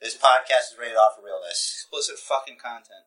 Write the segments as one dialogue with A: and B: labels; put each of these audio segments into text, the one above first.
A: This podcast is rated off for realness.
B: Explicit fucking content.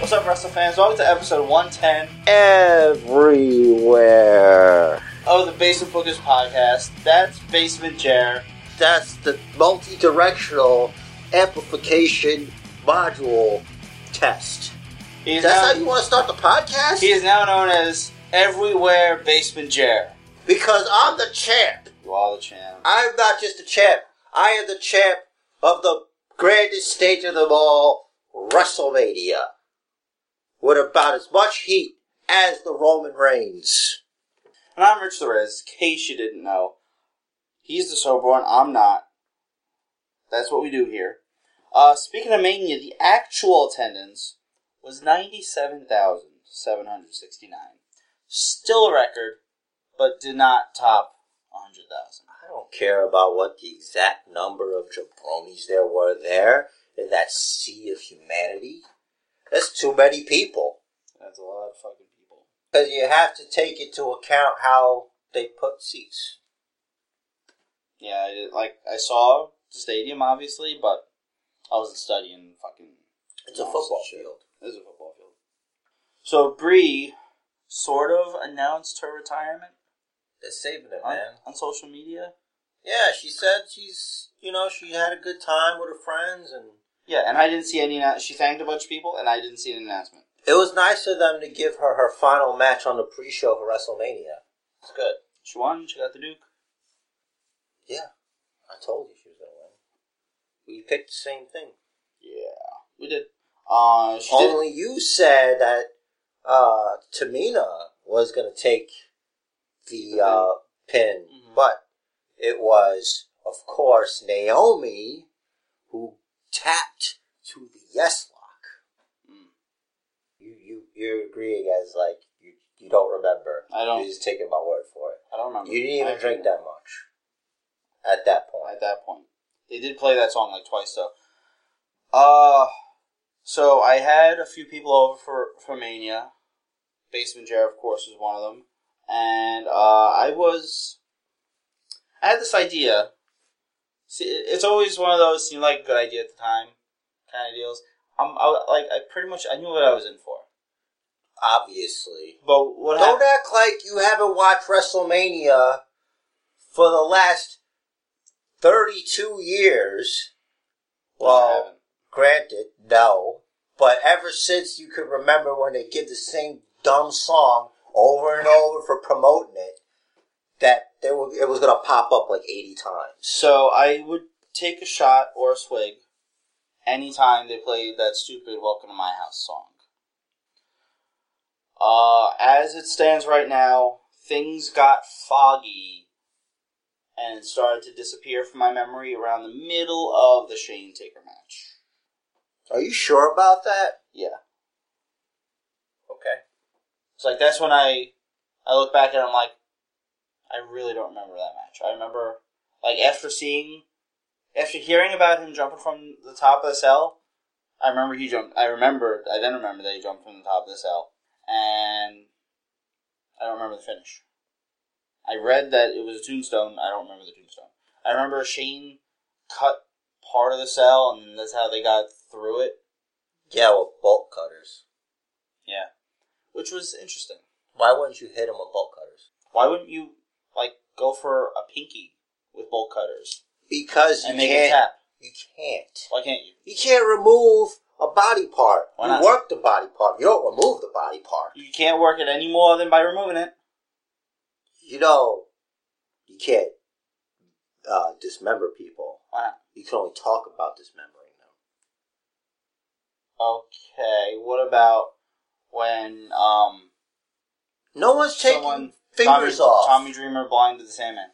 B: What's up, wrestling fans? Welcome to episode 110
A: Everywhere.
B: of the Basement Bookers podcast. That's Basement Jer.
A: That's the multi-directional amplification module test.
B: He's
A: That's
B: now,
A: how you want to start the podcast?
B: he is now known as Everywhere Basement Jer.
A: because I'm the champ.
B: You all the champ.
A: I'm not just a champ. I am the champ of the grandest stage of them all, WrestleMania. With about as much heat as the Roman Reigns.
B: And I'm Rich Therese, in case you didn't know. He's the sober one, I'm not. That's what we do here. Uh, speaking of Mania, the actual attendance was 97,769. Still a record, but did not top 100,000.
A: I don't care about what the exact number of jabronis there were there in that sea of humanity. That's too many people.
B: That's a lot of fucking people.
A: Because you have to take into account how they put seats.
B: Yeah, I did, like I saw the stadium obviously, but I wasn't studying fucking.
A: It's a
B: Nice
A: football
B: shit.
A: field.
B: This is a football field. So Bree sort of announced her retirement
A: They're saving it,
B: on,
A: man.
B: on social media.
A: Yeah, she said she's, you know, she had a good time with her friends and
B: Yeah, and I didn't see any. annou- She thanked a bunch of people, and I didn't see an announcement.
A: it was nice of them to give her her final match on the pre-show for WrestleMania. It's good.
B: She won. She got the Duke.
A: Yeah. I told you she was going to win. We picked the same thing.
B: Yeah, we did. Uh, she did-
A: Only you said that uh, Tamina was going to take the uh, pin,
B: Mhm.
A: but it was, of course, Naomi who tapped to the yes lock.
B: Mm.
A: You you you're agreeing as like you you don't remember.
B: I don't-
A: You're just taking my word for it.
B: I don't remember.
A: You didn't
B: I-
A: even drink that much at that point.
B: at that point. They did play that song like twice though. Uh so I had a few people over for, for Mania. Basement Jared, of course, was one of them. And uh, I was I had this idea. See, it- it's always one of those seemed like a good idea at the time kind of deals. I'm I, like I pretty much I knew what I was in for.
A: Obviously.
B: But what
A: Don't
B: happened?
A: act like you haven't watched WrestleMania for the last 32 years. Well, granted, no. But ever since you could remember when they give the same dumb song over and over for promoting it, that they were, it was going to pop up like 80 times.
B: So I would take a shot or a swig anytime they played that stupid Welcome to My House song. Uh, as it stands right now, things got foggy and started to disappear from my memory around the middle of the Shane Taker match.
A: Are you sure about that?
B: Yeah.
A: Okay.
B: It's like that's when I I look back and I'm like, I really don't remember that match. I remember like after seeing after hearing about him jumping from the top of the cell, I remember he jumped I remember I then remember that he jumped from the top of the cell. And I don't remember the finish. I read that it was a tombstone, I don't remember the tombstone. I remember Shane cut part of the cell and that's how they got through it.
A: Yeah, well, bolt cutters.
B: Yeah. Which was interesting.
A: Why wouldn't you hit them with bolt cutters?
B: Why wouldn't you like go for a pinky with bolt cutters
A: Because you
B: and make it
A: can't.
B: tap?
A: You can't.
B: Why can't you?
A: You can't remove a body part.
B: Why
A: you
B: not?
A: work the body part. You don't remove the body part.
B: You can't work it any more than by removing it.
A: You know, you can't uh, dismember people.
B: Why not?
A: You can only talk about dismembering them.
B: Okay. What about when um
A: No one's taking
B: someone
A: fingers
B: Tommy,
A: off.
B: Tommy Dreamer blinded the Sandman?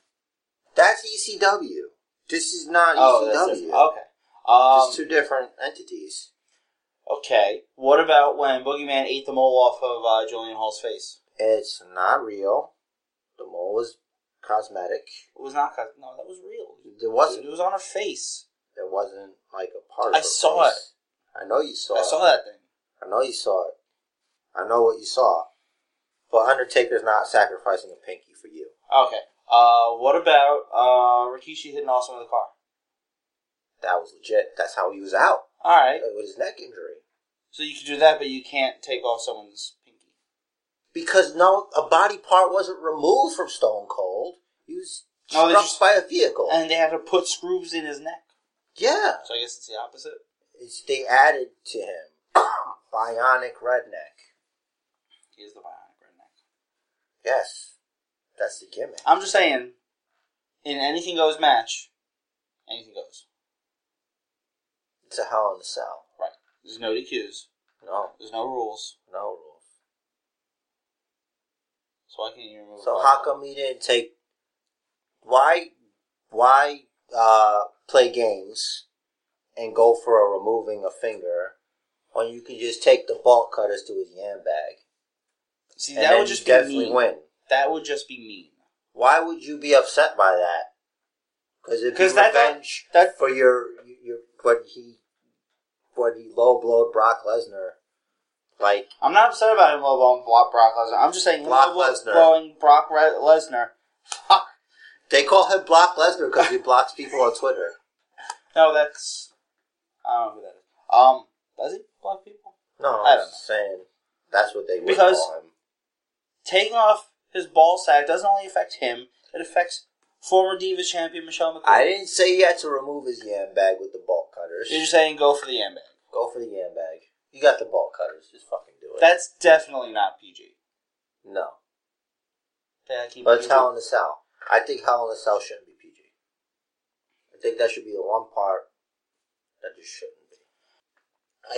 A: That's ECW. This is not
B: Oh, that's
A: ECW.
B: different. okay. Um,
A: it's two different entities.
B: okay. What about when Boogeyman ate the mole off of uh, Julian Hall's face?
A: It's not real. The mole was cosmetic.
B: It was not cut. No, that was real.
A: There wasn't.
B: It was on her face.
A: There wasn't like a part.
B: I
A: of her
B: saw
A: face. I know you saw.
B: I
A: it.
B: saw that thing.
A: I know you saw it. I know what you saw. But Undertaker's not sacrificing a pinky for you.
B: Okay. Uh, what about uh Rikishi hitting Austin with a car?
A: That was legit. That's how he was out
B: All right.
A: with his neck injury.
B: So you can do that, but you can't take off someone's pinky.
A: Because no, a body part wasn't removed from Stone Cold. He was
B: No, Oh, they
A: struck
B: just-
A: by a vehicle.
B: And they had to put screws in his neck.
A: yeah,
B: So I guess it's the opposite.
A: it's, they added to him bionic redneck.
B: He is the bionic redneck.
A: Yes, that's the gimmick.
B: I'm just saying, in anything goes match, anything goes.
A: It's a Hell in a Cell.
B: Right. There's no DQs.
A: No,
B: There's no rules.
A: no rules.
B: So I can't even remove.
A: So
B: a
A: how
B: body.
A: come he didn't take? Why, why uh, play games and go for a removing a finger when you can just take the bolt cutters to his yam bag
B: See,
A: and
B: that
A: then
B: would just
A: you
B: be
A: definitely
B: mean.
A: win?
B: That would just be mean.
A: Why would you be upset by that? Because it'd be
B: 'Cause that- that-
A: revenge
B: that-
A: for your your when he when he low blowed Brock Lesnar like
B: I'm not upset about him lowballing Brock, Brock Lesnar. I'm just saying him
A: Brock
B: low-
A: Lesnar.
B: blowing Brock Re- Lesnar. Fuck.
A: they call him Brock Lesnar because he blocks people on Twitter.
B: No, that's I don't know who that is. Um, does he block people?
A: No,
B: I
A: I'm
B: don't
A: just saying that's what they would
B: Because-
A: call him.
B: Taking off his ball sack doesn't only affect him; it affects former Divas champion Michelle McCool.
A: I didn't say he had to remove his yam bag with the bolt cutters.
B: You're just saying go for the ambag.
A: Go for the yam bag. You got the bolt cutters. Just fucking do it.
B: That's definitely not PG.
A: no.
B: Yeah, keep
A: But it's
B: PG.
A: Hell in a Cell. I think Hell in a Cell shouldn't be PG. I think that should be the one part that just shouldn't be.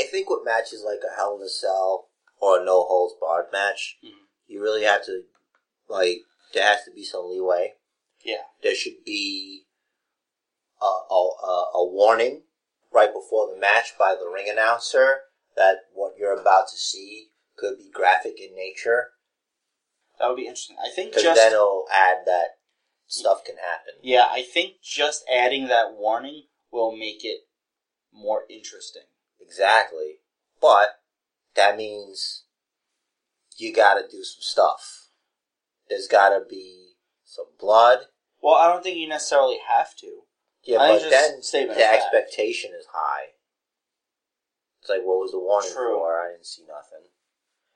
A: I think with matches like a Hell in a Cell or a No Holds Barred match,
B: Mhm.
A: you really have to, like, there has to be some leeway.
B: Yeah.
A: There should be a, a, a, a warning right before the match by the ring announcer that what you're about to see could be graphic in nature.
B: That would be interesting. I think
A: Because
B: just
A: then it'll add that stuff can happen.
B: yeah, I think just adding that warning will make it more interesting.
A: Exactly. But that means you gotta do some stuff. There's gotta be some blood.
B: Well, I don't think you necessarily have to.
A: Yeah,
B: I think just
A: but then
B: statement
A: the
B: of fact.
A: expectation is high. It's like, what was the warning
B: True.
A: for? I didn't see nothing.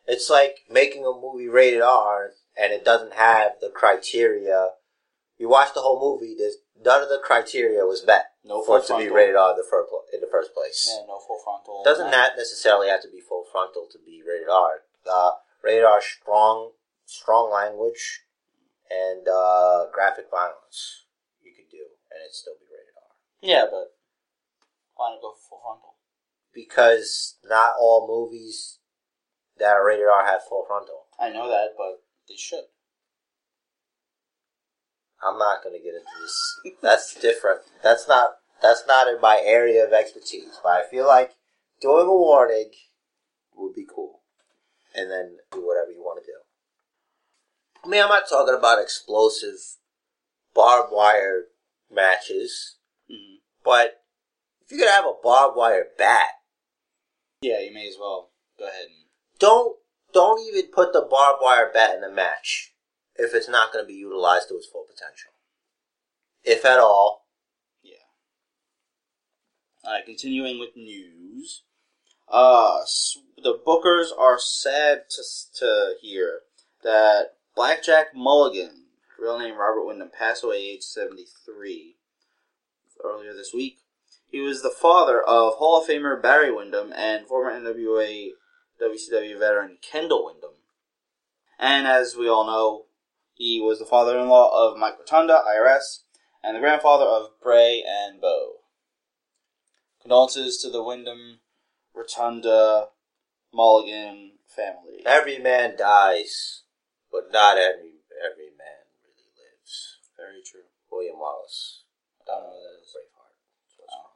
A: It's like making a movie rated R and it doesn't have the criteria. You watch the whole movie. There's none of the criteria was met
B: No
A: for
B: full
A: it to be
B: frontal.
A: rated R in the fir- in the first place.
B: Yeah, no full frontal.
A: Doesn't that necessarily have to be full frontal to be rated R? Uh, rated R strong, strong language, and uh, graphic violence. You could do, and it'd still be rated R
B: Yeah, but why not go for full frontal?
A: because not all movies that are rated R have full frontal.
B: I know that, but they should.
A: I'm not gonna get into this. That's different. That's not. That's not in my area of expertise. But I feel like doing a warning would be cool, and then do whatever you want to do. I mean, I'm not talking about explosive barbed wire matches,
B: Mm-hmm.
A: but if you're gonna have a barbed wire bat,
B: Yeah, you may as well go ahead and.
A: don't don't even put the barbed wire bat in the match if it's not going to be utilized to its full potential, if at all.
B: Yeah. Alright, continuing with news. Uh, s- the Bookers are sad to, s- to hear that Blackjack Mulligan, real name Robert Wyndham, passed away age 73 earlier this week. He was the father of Hall of Famer Barry Wyndham and former NWA WCW veteran Kendall Wyndham. And as we all know, he was the father in law of Mike Rotunda, IRS, and the grandfather of Bray and Bo. Condolences to the Wyndham, Rotunda, Mulligan family.
A: Every man dies, but not every every man really lives.
B: Very true.
A: William Wallace.
B: I don't know who that is.
A: Braveheart. So it's
B: Oh.
A: wrong.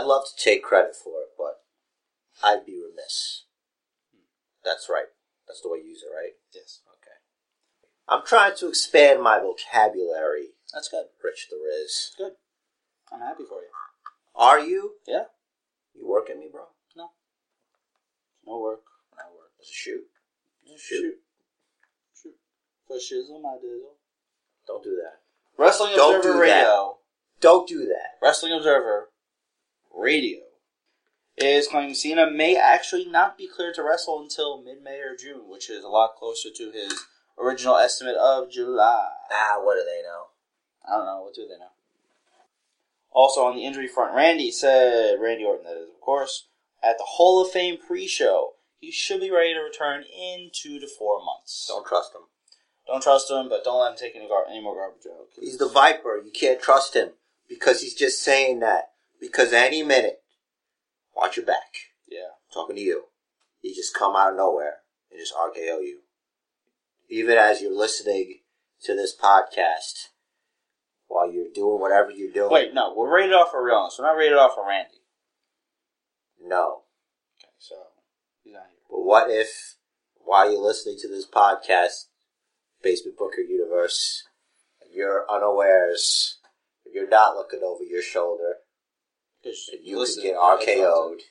A: I'd love to take credit for it, but I'd be remiss. That's right. That's the way you use it, right?
B: Yes.
A: Okay. I'm trying to expand my vocabulary,
B: That's good.
A: Rich the Riz.
B: It's good. I'm happy for you.
A: Are you?
B: Yeah.
A: You working me, bro?
B: No work. No work.
A: It's a shoot.
B: Shoot.
A: Shoot.
B: Shoot. For shizzle, my dizzle.
A: Don't do that.
B: Wrestling
A: Don't
B: Observer
A: do that.
B: Radio.
A: Don't do that.
B: Wrestling Observer Radio is claiming Cena may actually not be cleared to wrestle until mid-May or June, which is a lot closer to his original estimate of July.
A: Ah, what do they know?
B: I don't know. What do they know? Also on the injury front, Randy said, Randy Orton, that is, of course, at the Hall of Fame pre-show, he should be ready to return in two to four months. Don't,
A: Don't trust him.
B: trust him, but don't let him take any, gar- any more garbage out. 'cause-
A: He's the Viper. You can't trust him because he's just saying that. Because any minute, watch your back.
B: yeah.
A: talking to you. He just come out of nowhere and just RKO you. Even as you're listening to this podcast, while you're doing whatever you're doing.
B: Wait, no, we're rated off for realness. We're not rated off for Randy.
A: No.
B: Okay, so he's not here.
A: But what if, while you're listening to this podcast, Basement Booker Universe, you're unawares, you're not looking over your shoulder,
B: Because
A: and you could get RKO'd.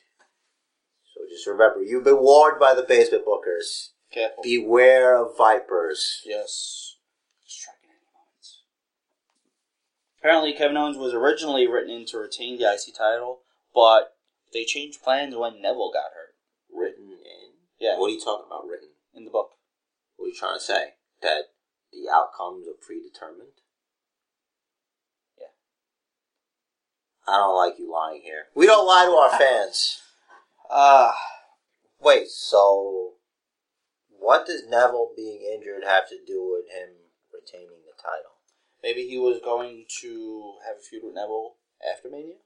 A: So just remember, you've been warned by the Basement Bookers.
B: Careful.
A: Beware of vipers.
B: Yes. Striking any moments. Apparently, Kevin Owens was originally written in to retain the IC title, but they changed plans when Neville got hurt
A: written in?
B: Yeah.
A: What are you talking about written?
B: in the book.
A: What are you trying to say? That the outcomes are predetermined?
B: Yeah.
A: I don't like you lying here. We don't lie to our fans.
B: Ah,
A: Wait, so what does Neville being injured have to do with him retaining the title?
B: maybe he was going to have a feud with Neville after Mania.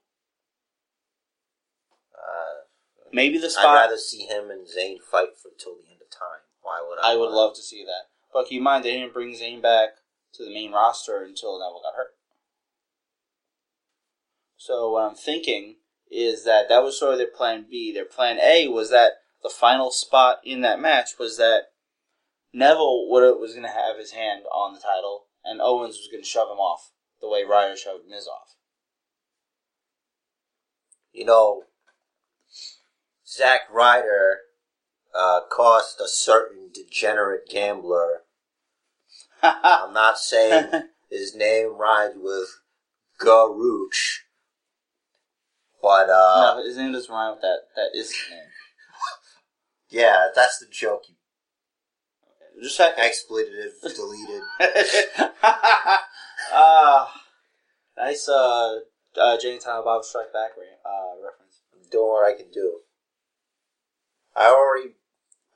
A: Uh,
B: Maybe the
A: I'd
B: spot.
A: rather see him and Zayn fight for till the end of time. Why would I?
B: I would
A: wanna-
B: love to see that. But keep in mind, they didn't bring Zayn back to the main roster until Neville got hurt. So what I'm thinking is that that was sort of their plan B. Their plan A was that the final spot in that match was that Neville would was going to have his hand on the title, and Owens was going to shove him off the way Ryder shoved Miz off.
A: you know, Zack Ryder uh, cost a certain degenerate gambler. I'm not saying his name rhymes with Garuch, but uh,
B: no, his name doesn't rhyme with that. That is his name.
A: yeah, that's the joke. You
B: Okay, Just a second.
A: expletive deleted.
B: uh, nice uh, uh, Jane Silent Bob Strike Back re- uh, reference.
A: I'm doing what I can do. I already,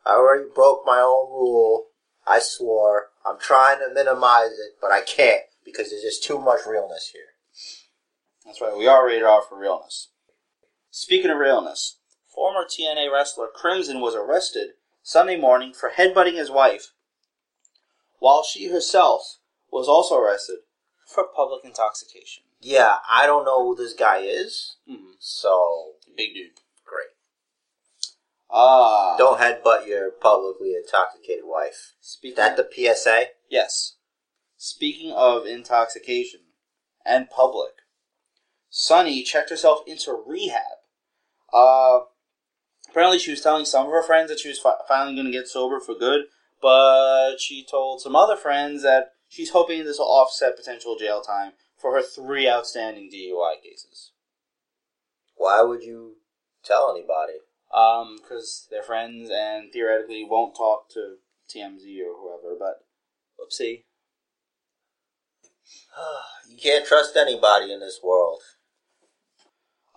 A: I already broke my own rule. I swore. I'm trying to minimize it, but I can't because there's just too much realness here.
B: That's right, we are rated R for realness. Speaking of realness, former TNA wrestler Crimson was arrested Sunday morning for headbutting his wife, while she herself was also arrested for public intoxication.
A: Yeah, I don't know who this guy is,
B: Mm-hmm.
A: so
B: Big dude.
A: great.
B: Ah.
A: Don't headbutt your publicly intoxicated wife. Is
B: speak
A: that the PSA?
B: Yes. Speaking of intoxication and public, Sunny checked herself into rehab. Uh, apparently, she was telling some of her friends that she was fi- finally going to get sober for good, but she told some other friends that she's hoping this will offset potential jail time for her three outstanding DUI cases.
A: Why would you tell anybody?
B: Because they're Um, friends and theoretically won't talk to TMZ or whoever, but whoopsie.
A: you can't trust anybody in this world.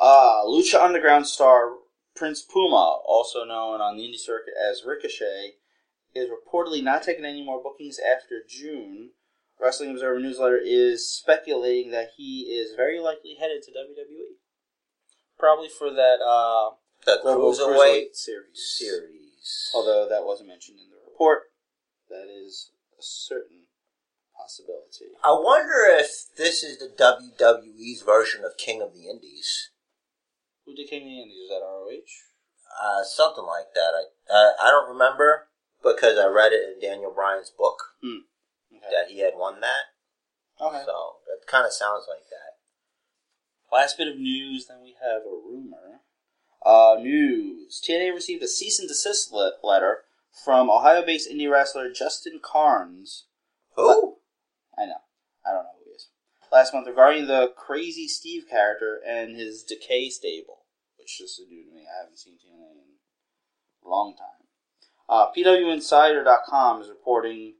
B: Uh, Lucha Underground star Prince Puma, also known on the indie circuit as Ricochet, is reportedly not taking any more bookings after June. Wrestling Observer newsletter is speculating that he is very likely headed to WWE, probably for that uh,
A: The
B: Global
A: Cruiserweight
B: Cruiserweight series.
A: series.
B: Although that wasn't mentioned in the report, that is a certain possibility.
A: I wonder if this is the WWE's version of King of the Indies.
B: Who did King of the Indies? Is that ROH?
A: Uh, something like that. I uh, I don't remember because I read it in Daniel Bryan's book.
B: Hmm. Okay.
A: that he had won that.
B: Okay.
A: So it kind of sounds like that.
B: Last bit of news, then we have a rumor. Uh, news. TNA received a cease and desist le- letter from Ohio based indie wrestler Justin Carnes.
A: Who?
B: I know. I don't know who he is. Last month regarding the Crazy Steve character and his Decay stable, which is new to me. I haven't seen TNA in a long time. Uh, PWInsider.com is reporting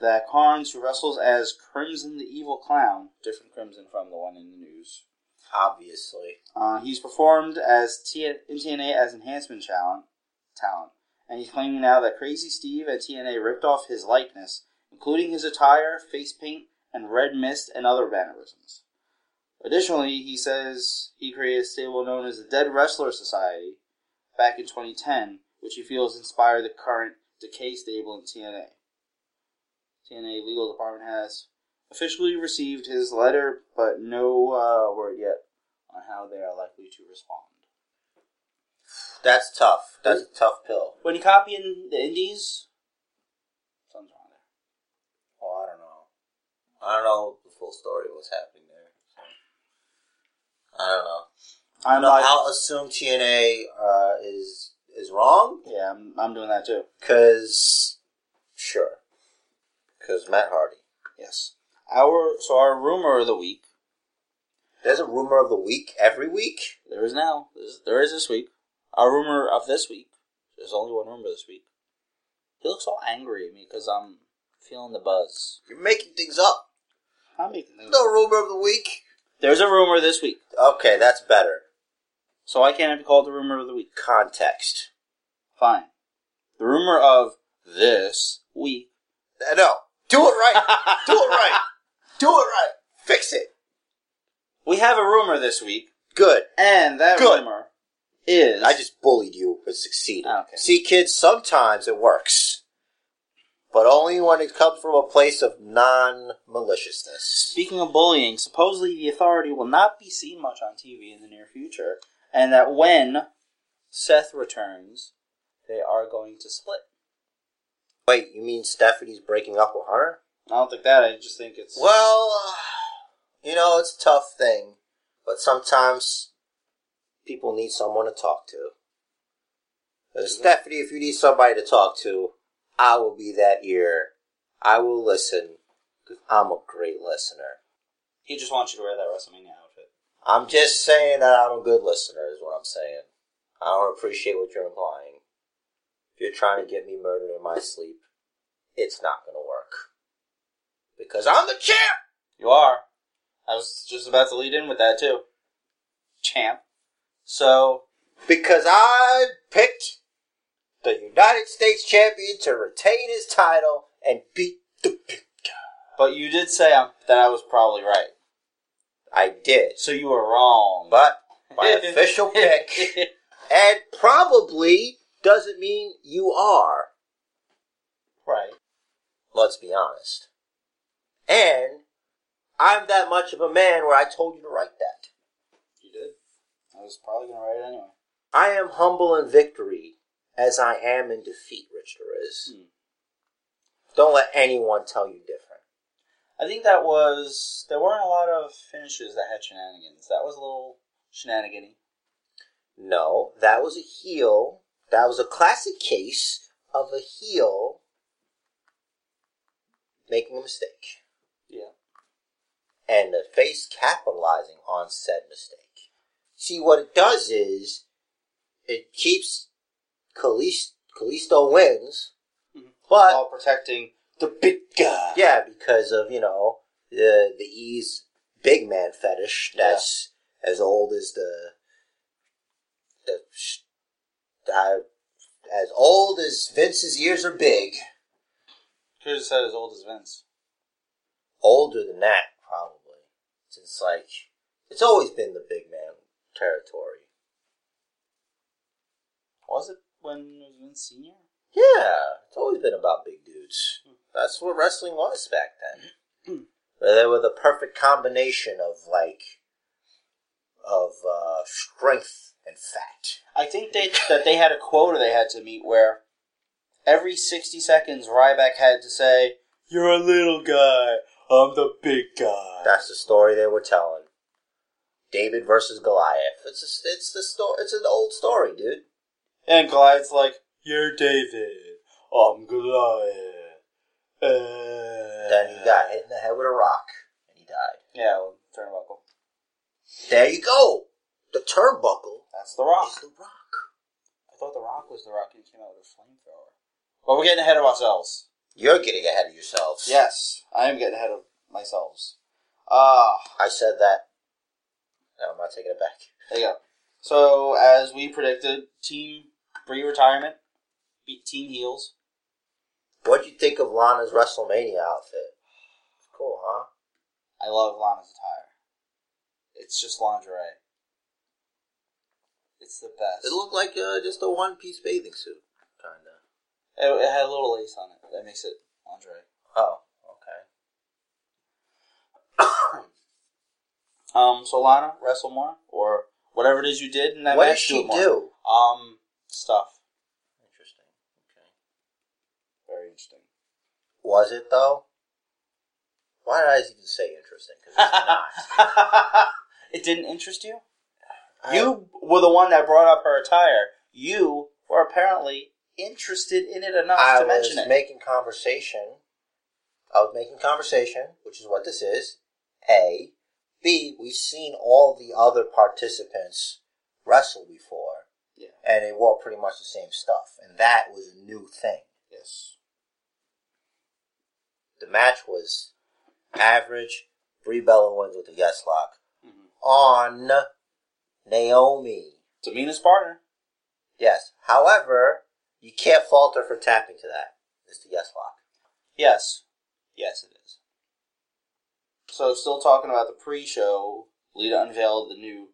B: that Carnes, who wrestles as Crimson the Evil Clown, different Crimson from the one in the news,
A: Obviously.
B: uh, he's performed as T- in TNA as enhancement talent, talent, and he's claiming now that Crazy Steve at TNA ripped off his likeness, including his attire, face paint, and red mist and other mannerisms. Additionally, he says he created a stable known as the Dead Wrestler Society back in 2010, which he feels inspired the current Decay stable in TNA. TNA legal department has officially received his letter, but no uh, word yet on how they are likely to respond.
A: That's tough. That's a tough pill.
B: When you copy in the indies, something's wrong there.
A: Well, Oh, I don't know. I don't know the full story of what's happening there. so. I don't know.
B: I'm
A: No,
B: like,
A: I'll assume TNA uh, is is wrong
B: yeah, I'm, I'm doing that too.
A: because sure, because Matt Hardy.
B: Yes. Our so our rumor of the week
A: There's a rumor of the week every week.
B: there is now there's- there is this week. Our rumor of this week there's only one rumor this week. He looks all angry at me because I'm feeling the buzz.
A: You're making things up.
B: I'm making things.
A: No rumor of the week.
B: There's a rumor this week,
A: Okay, that's better.
B: so why can't it be called the rumor of the week?
A: Context.
B: Fine. The rumor of this week.
A: Uh, No, do it right. do it right. Do it right. Fix it.
B: We have a rumor this week.
A: Good.
B: And that
A: Good.
B: rumor is
A: I just bullied you, but succeeded.
B: Okay.
A: See, kids, sometimes it works, but only when it comes from a place of non-maliciousness.
B: speaking of bullying. Supposedly, the authority will not be seen much on TV in the near future, and that when Seth returns, they are going to split.
A: Wait, you mean Stephanie's breaking up with her?
B: I don't think that. I just think it's
A: Well, uh, you know, it's a tough thing, but sometimes people need someone to talk to. Uh, Stephanie, if you need somebody to talk to, I will be that ear. I will listen. 'cause I'm a great listener.
B: he just wants you to wear that WrestleMania outfit.
A: I'm just saying that I'm a good listener, is what I'm saying. I don't appreciate what you're implying. If you're trying to get me murdered in my sleep, it's not going to work. Because I'm the champ!
B: You are. I was just about to lead in with that too, champ. So
A: Because I picked the United States champion to retain his title and beat the big guy.
B: But you did say um, that I was probably right.
A: I did.
B: So you were wrong.
A: But my official pick, and probably doesn't mean you are.
B: right.
A: Let's be honest. And I'm that much of a man where I told you to write that.
B: You did. I was probably gonna write it anyway.
A: I am humble in victory as I am in defeat, Rich Torres.
B: Hmm.
A: Don't let anyone tell you different.
B: I think that was there weren't a lot of finishes that had shenanigans. That was a little shenanigany.
A: No, that was a heel. That was a classic case of a heel making a mistake
B: Yeah.
A: and the face capitalizing on said mistake. See, what it does is it keeps Callisto, Callisto wins,
B: Mhm.
A: but
B: While protecting the big guy.
A: yeah, because of you know the the E's big man fetish that's as old as the the sh- I, as old as Vince's ears are big.
B: Could have said as old as Vince.
A: Older than that, probably. Since like it's always been the big man territory.
B: Was it when it was Vince Senior?
A: Yeah, it's always been about big dudes. That's what wrestling was back then. Where they were the perfect combination of like of uh, strength and fat.
B: I think they that they had a quota they had to meet where every sixty seconds Ryback had to say, You're a little guy. I'm the big guy.
A: That's the story they were telling. David versus Goliath. It's a, it's the story. It's an old story, dude.
B: and Goliath's like, You're David. I'm Goliath. Uh,
A: Then he got hit in the head with a rock and he died.
B: Yeah, well, turnbuckle.
A: There you go. The turnbuckle
B: That's the rock.
A: is the rock.
B: I thought the rock was the rock and he came out with a flamethrower. But we're getting ahead of ourselves.
A: You're getting ahead of yourselves.
B: Yes, I am getting ahead of myself. Ah,
A: I said that. No, I'm not taking it back.
B: there you go. So, as we predicted, Team Bree retirement beat Team Heels.
A: What'd you think of Lana's WrestleMania outfit? Cool, huh?
B: I love Lana's attire. It's just lingerie. It's the best.
A: It looked like uh, just a one piece bathing suit, kinda.
B: It, it had a little lace on it. That makes it lingerie.
A: Oh, okay.
B: Um, so Lana, wrestle more or whatever it is you did in that
A: what did
B: match.
A: she
B: it more.
A: do?
B: Um, stuff.
A: Interesting. Okay.
B: Very interesting.
A: Was it though? Why did I even say interesting? 'Cause it's
B: it didn't interest you.
A: not.
B: you were the one that brought up her attire. You were apparently interested in it enough
A: I, I
B: to
A: was
B: mention it.
A: making conversation. I was making conversation, which is what this is. A, B. We've seen all the other participants wrestle before,
B: Yeah.
A: and they wore pretty much the same stuff, and that was a new thing.
B: yes.
A: The match was average. Brie Bella wins with a yes lock
B: Mhm.
A: on Naomi.
B: It's Amina's partner.
A: Yes. However, you can't falter for tapping to that. It's the yes lock.
B: Yes. Yes, it is. So, still talking about the pre show, Lita unveiled the new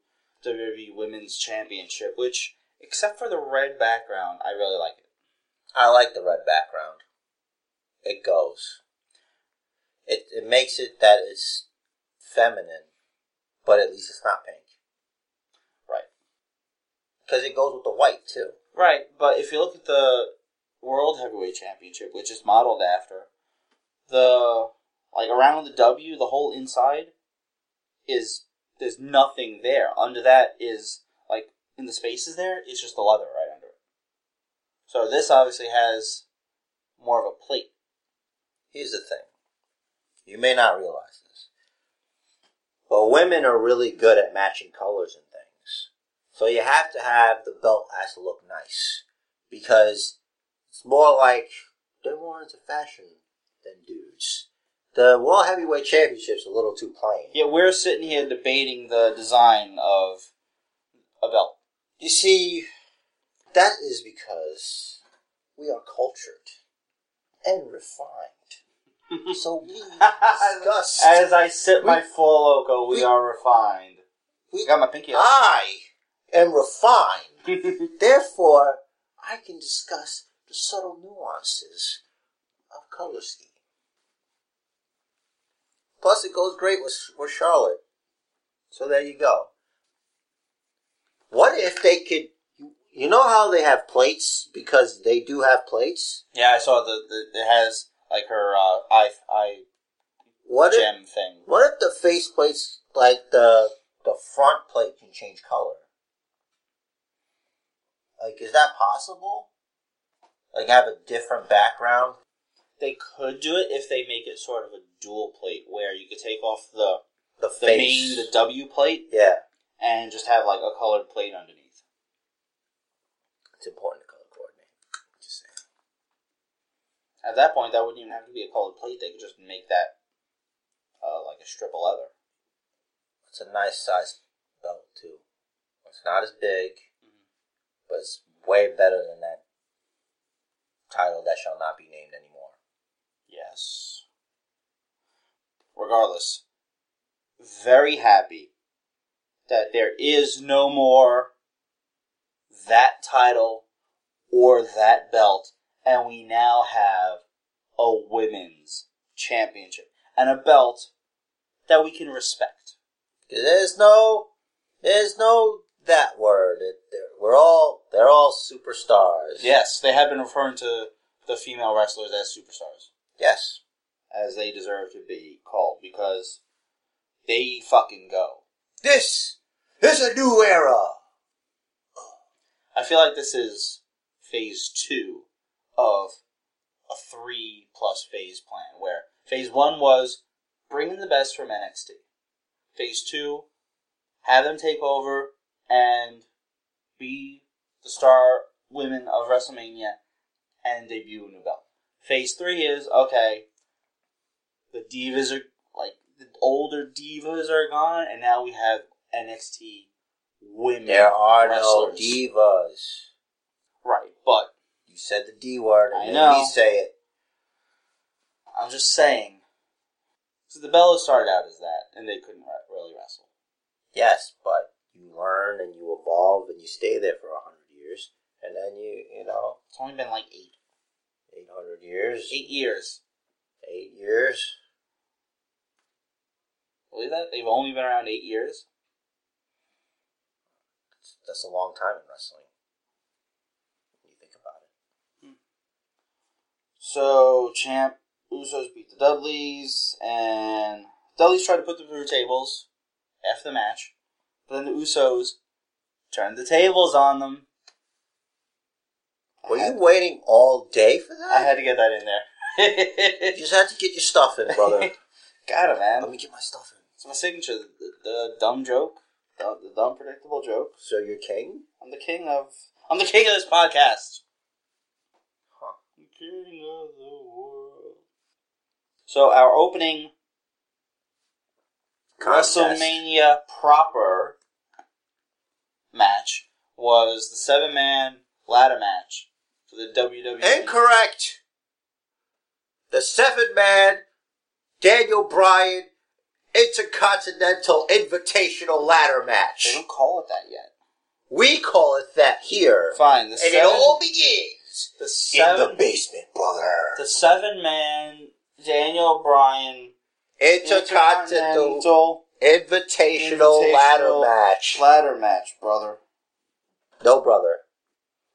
B: WWE Women's Championship, which, except for the red background, I really like it.
A: I like the red background. It goes. It it makes it that it's feminine, but at least it's not pink.
B: Right.
A: Because it goes with the white too.
B: Right, but if you look at the World Heavyweight Championship, which is modeled after, the, like, around the W, the whole inside is, there's nothing there. Under that is, like, in the spaces there, it's just the leather right under it. So, this obviously has more of a plate.
A: Here's the thing. You may not realize this. But women are really good at matching colors and things. So you have to have the belt has to look nice. Because it's more like they're more into fashion than dudes. The World Heavyweight Championship's a little too plain.
B: Yeah, we're sitting here debating the design of a belt.
A: You see, that is because we are cultured and refined. so we discuss.
B: As I sip my
A: my
B: full loco, we
A: we
B: are refined.
A: we,
B: got my pinky up.
A: I am refined. Therefore, I can discuss the subtle nuances of color scheme. Plus, it goes great with, with Charlotte. So there you go. What if they could? You know how they have plates because they do have plates.
B: yeah, I saw the, the it has like her uh, eye eye
A: What if?
B: gem thing.
A: What if the face plates, like the the front plate, can change color? Like, is that possible? Like, have a different background.
B: They could do it if they make it sort of a dual plate where you could take off the
A: The,
B: the
A: face,
B: main the W plate
A: yeah,
B: and just have like a colored plate underneath.
A: it's important to color coordinate. Just saying.
B: At that point, that wouldn't even have to be a colored plate. They could just make that uh, like a strip of leather.
A: It's a nice size belt too. It's not as big,
B: Mm-hmm.
A: but it's way better than that title that shall not be named anymore.
B: Yes. Regardless, very happy that there is no more that title or that belt, and we now have a women's championship and a belt that we can respect.
A: There's no, there's no that word. It, they're- we're all, they're all superstars.
B: Yes, they have been referring to the female wrestlers as superstars.
A: Yes.
B: as they deserve to be called because they fucking go.
A: This is a new era.
B: I feel like this is phase two of a three plus phase plan, where phase one was bring in the best from NXT. Phase two, have them take over and be the star women of WrestleMania and debut a new belt. Phase three is okay, the divas are like the older divas are gone, and now we have NXT women.
A: There are no
B: wrestlers.
A: divas.
B: Right, but
A: You said the D word.
B: I
A: and
B: know.
A: Me say it.
B: I'm just saying. So the Bella started out as that, and they couldn't re- really wrestle.
A: Yes, but you learn and you evolve and you stay there for a hundred years, and then you you know
B: It's only been like eight,
A: eight hundred years,
B: eight years.
A: eight years.
B: Believe that they've only been around eight years.
A: That's a long time in wrestling. When you think about it.
B: So champ Usos beat the Dudleys, and Dudleys tried to put them through tables after the match, but then the Usos turned the tables on them.
A: Were
B: I
A: you waiting all day for that?
B: I had to get that in there.
A: You just had to get your stuff in, brother.
B: Got it, man.
A: Let me get my stuff in.
B: It's my signature. The, the dumb joke. The, the dumb predictable joke.
A: So you're king?
B: I'm the king of. I'm the king of this podcast.
A: Huh.
B: The king of the world. So our opening
A: Contest.
B: WrestleMania proper match was the seven man ladder match for the E. WWE.
A: Incorrect. The seven man Daniel Bryan Intercontinental Invitational Ladder
B: They
A: Match.
B: don't call it that yet.
A: We call it that here.
B: Fine. The
A: and
B: seven.
A: it all begins
B: the
A: in the
B: seven.
A: basement, brother.
B: the seven man Daniel Bryan
A: Intercontinental Invitational Ladder
B: Invitational
A: Match.
B: ladder match, brother.
A: No, brother.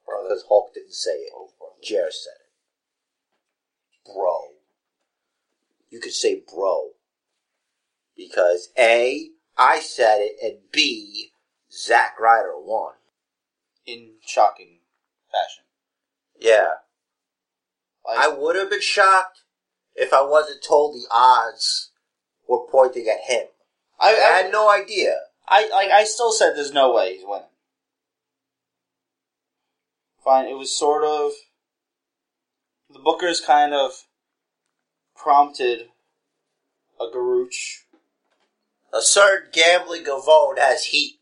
B: Brother.
A: Because Hulk didn't say it.
B: Oh, brother.
A: Jer said it. Bro. You could say bro. Because A, I said it, and B, Zack Ryder won.
B: In shocking fashion.
A: Yeah. I
B: Like,
A: would have been shocked if I wasn't told the odds were pointing at him.
B: I,
A: I
B: I,
A: had no idea.
B: I, like, I still said there's no way he's winning. Fine, it was sort of. The Bookers kind of prompted a Garuch.
A: A certain gambling Gavone has heat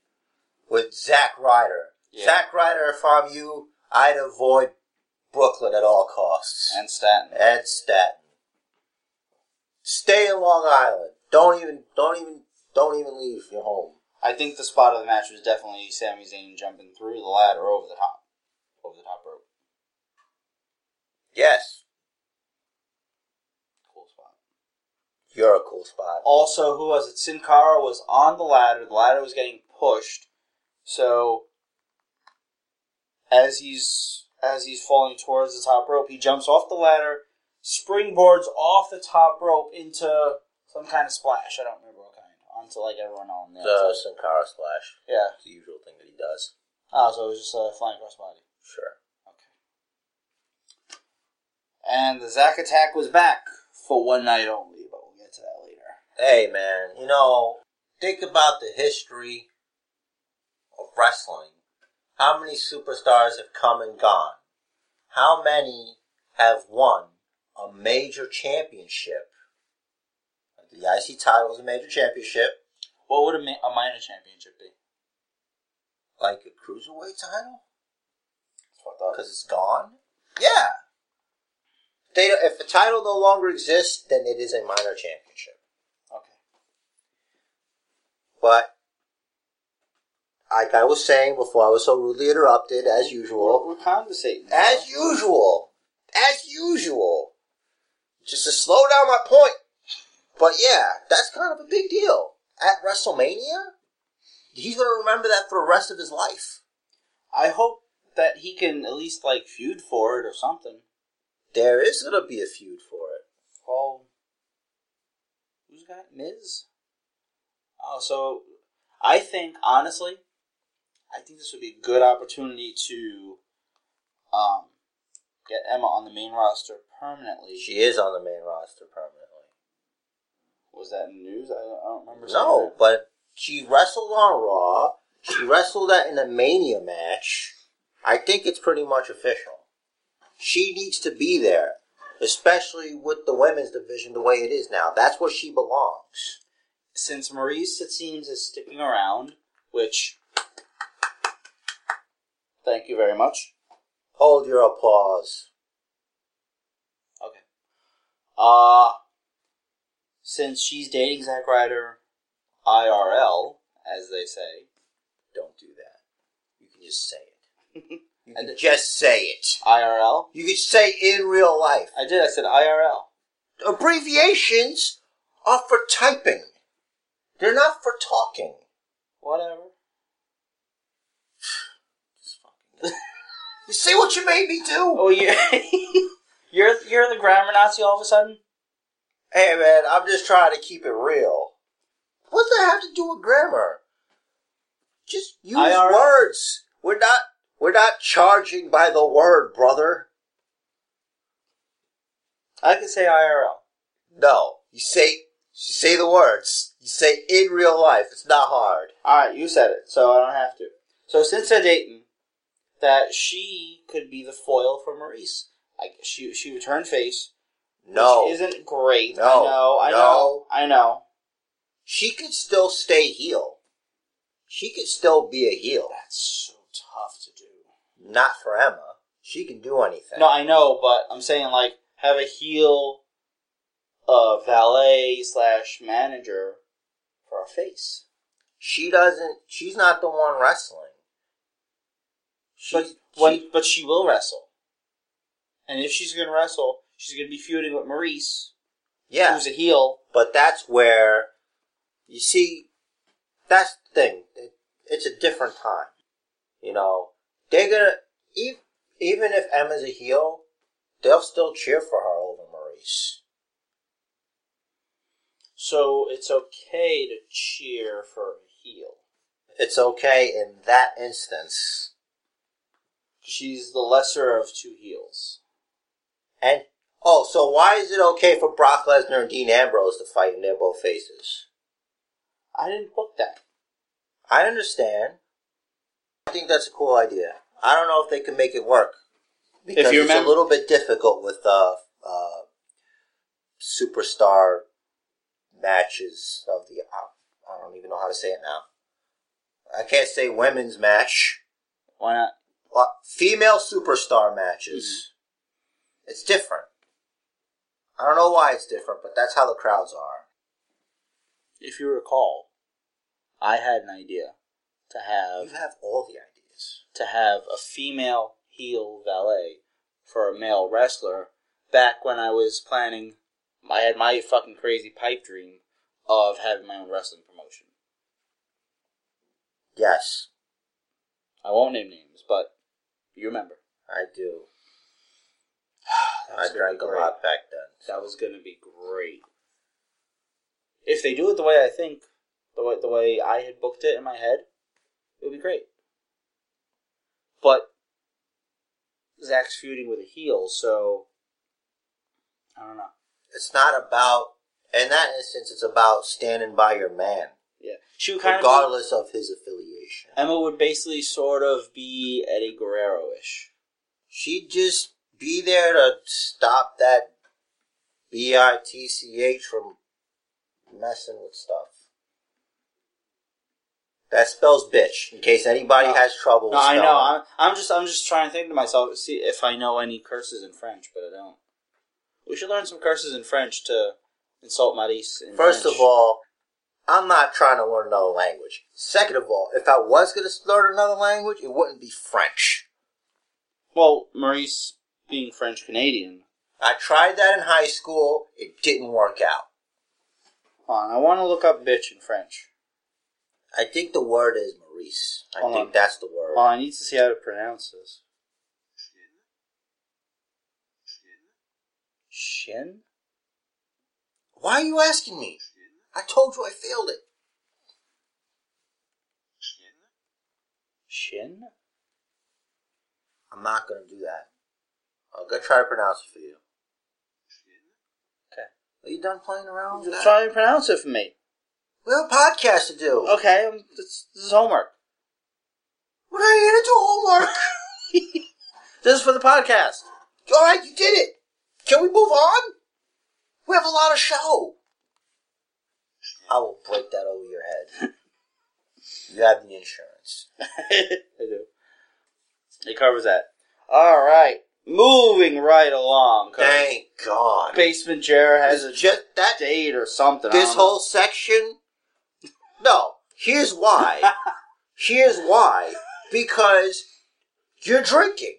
A: with Zack Ryder.
B: Yeah.
A: Zack Ryder, if I'm you, I'd avoid Brooklyn at all costs.
B: and Staten.
A: Ed Staten. Stay in Long Island. Don't even, don't even, don't even leave your home.
B: I think the spot of the match was definitely Sami Zayn jumping through the ladder over the top. Over the top rope.
A: Yes,
B: Cool spot.
A: you're a cool spot.
B: Also, who was it? Sin Cara was on the ladder. The ladder was getting pushed. So as he's as he's falling towards the top rope, he jumps off the ladder, springboards off the top rope into some kind of splash. I don't remember what kind. Onto like everyone on there.
A: The Sin Cara splash,
B: yeah.
A: the usual thing that he does.
B: Oh, so it was just a flying crossbody.
A: Sure.
B: Okay. And the Zack attack was back for one night only, but we'll get to that later.
A: Hey man, you know, think about the history of wrestling. How many superstars have come and gone? How many have won a major championship? The IC title is a major championship.
B: What would a, ma- a minor championship be?
A: like a cruiserweight title
B: Fucked up.
A: because it's gone. Yeah, they don't- if the title no longer exists, then it is a minor championship.
B: Okay.
A: But like I was saying before, I was so rudely interrupted as usual.
B: We're, we're conversating.
A: As usual, as usual. Just to slow down my point. But yeah, that's kind of a big deal at WrestleMania. He's gonna remember that for the rest of his life.
B: I hope that he can at least like feud for it or something.
A: There is gonna be a feud for it.
B: Well, guy? Miz? Oh, so I think honestly, I think this would be a good opportunity to um get Emma on the main roster permanently.
A: She is on the main roster permanently.
B: was that in the news? I don't, I don't remember. seeing
A: No,
B: that.
A: but she wrestled on Raw. She wrestled that in a Mania match. I think it's pretty much official. She needs to be there, especially with the women's division the way it is now. That's where she belongs.
B: since Maurice it seems is sticking around, which thank you very much.
A: Hold your applause.
B: Okay. Uh since she's dating Zack Ryder IRL, as they say,
A: Don't do that. You can just say it. You
B: And
A: can
B: it-
A: just say it.
B: IRL.
A: You can say in real life.
B: I did. I said IRL.
A: Abbreviations are for typing. They're not for talking.
B: Whatever.
A: You see what you made me do?
B: Oh, you you're you're the grammar Nazi all of a sudden.
A: Hey man, I'm just trying to keep it real. What does that have to do with grammar? Just use
B: IRL.
A: words. We're not we're not charging by the word, brother.
B: I could say IRL.
A: No. You say you say the words. You say in real life. It's not hard.
B: All right, you said it, so I don't have to. So since they're dating, that she could be the foil for Maurice. Like she she would turn face.
A: No.
B: which isn't great.
A: No.
B: I know. I
A: No.
B: know. I know.
A: she could still stay heel. She could still be a heel.
B: That's so tough to do.
A: Not for Emma. She can do anything.
B: No, I know, but I'm saying like have a heel, uh, valet slash manager for a face.
A: she doesn't. She's not the one wrestling. She,
B: But when, but she will wrestle. And if she's gonna wrestle, she's gonna be feuding with Maurice,
A: yeah,
B: who's a heel.
A: but that's where you see. That's the thing. It, it's a different time. You know, they're gonna even even if Emma's a heel, they'll still cheer for her over Maurice.
B: So it's okay to cheer for a heel.
A: It's okay in that instance.
B: She's the lesser of two heels.
A: And oh, so why is it okay for Brock Lesnar and Dean Ambrose to fight and they're both faces?
B: I didn't book that.
A: I understand. I think that's a cool idea. I don't know if they can make it work because
B: If you
A: it's
B: remember-
A: a little bit difficult with uh, uh, superstar matches of the. I I don't even know how to say it now. I can't say women's match.
B: Why not?
A: Uh, female superstar matches.
B: Mm-hmm.
A: It's different. I don't know why it's different, but that's how the crowds are.
B: If you recall, I had an idea to
A: You
B: have
A: have all the ideas.
B: to have a female heel valet for a male wrestler back when I was planning I had my fucking crazy pipe dream of having my own wrestling promotion.
A: Yes,
B: I won't name names, but you remember.
A: I do.
B: That
A: I
B: was gonna
A: drank
B: be
A: a
B: great.
A: lot back then.
B: That was gonna be great. If they do it the way I think, the way the way I had booked it in my head, it would be great. But Zach's feuding with a heel, so I don't know.
A: It's not about, in that instance, it's about standing by your man,
B: Yeah, she would kind of
A: regardless of his affiliation.
B: be- Emma would basically sort of be Eddie Guerrero ish.
A: She'd just be there to stop that bitch from messing with stuff. That spells bitch. In case anybody
B: No.
A: has trouble.
B: No, I know.
A: spelling.
B: I'm, I'm just I'm just trying to think to myself see if I know any curses in French, but I don't. We should learn some curses in French to insult Maurice. In
A: First
B: French.
A: of all, I'm not trying to learn another language. Second of all, if I was going to learn another language, it wouldn't be French.
B: Well, Maurice being French Canadian.
A: I tried that in high school. It didn't work out.
B: Hold on, I want to look up bitch in French.
A: I think the word is Maurice. I
B: Hold
A: think
B: on.
A: that's the word.
B: Well, I need to see how to pronounce this. Shin?
A: Why are you asking me? I told you I failed it.
C: Shin?
B: Shin?
A: I'm not gonna do that. I'm gonna try to pronounce it for you.
C: Shin?
A: Are you done playing around with
B: Just
A: that?
B: try and pronounce it for me.
A: We have a podcast to do.
B: Okay, um, this, this is homework.
A: We're not here to do homework.
B: This is for the podcast.
A: All right, you did it. Can we move on? We have a lot of show. I will break that over your head. You have the insurance.
B: I do. It covers that. All right, moving right along. 'cause
A: Thank God.
B: Basement chair has a
A: It's just that
B: date or something. I
A: this
B: don't know.
A: whole section. No, here's why. here's why. Because you're drinking.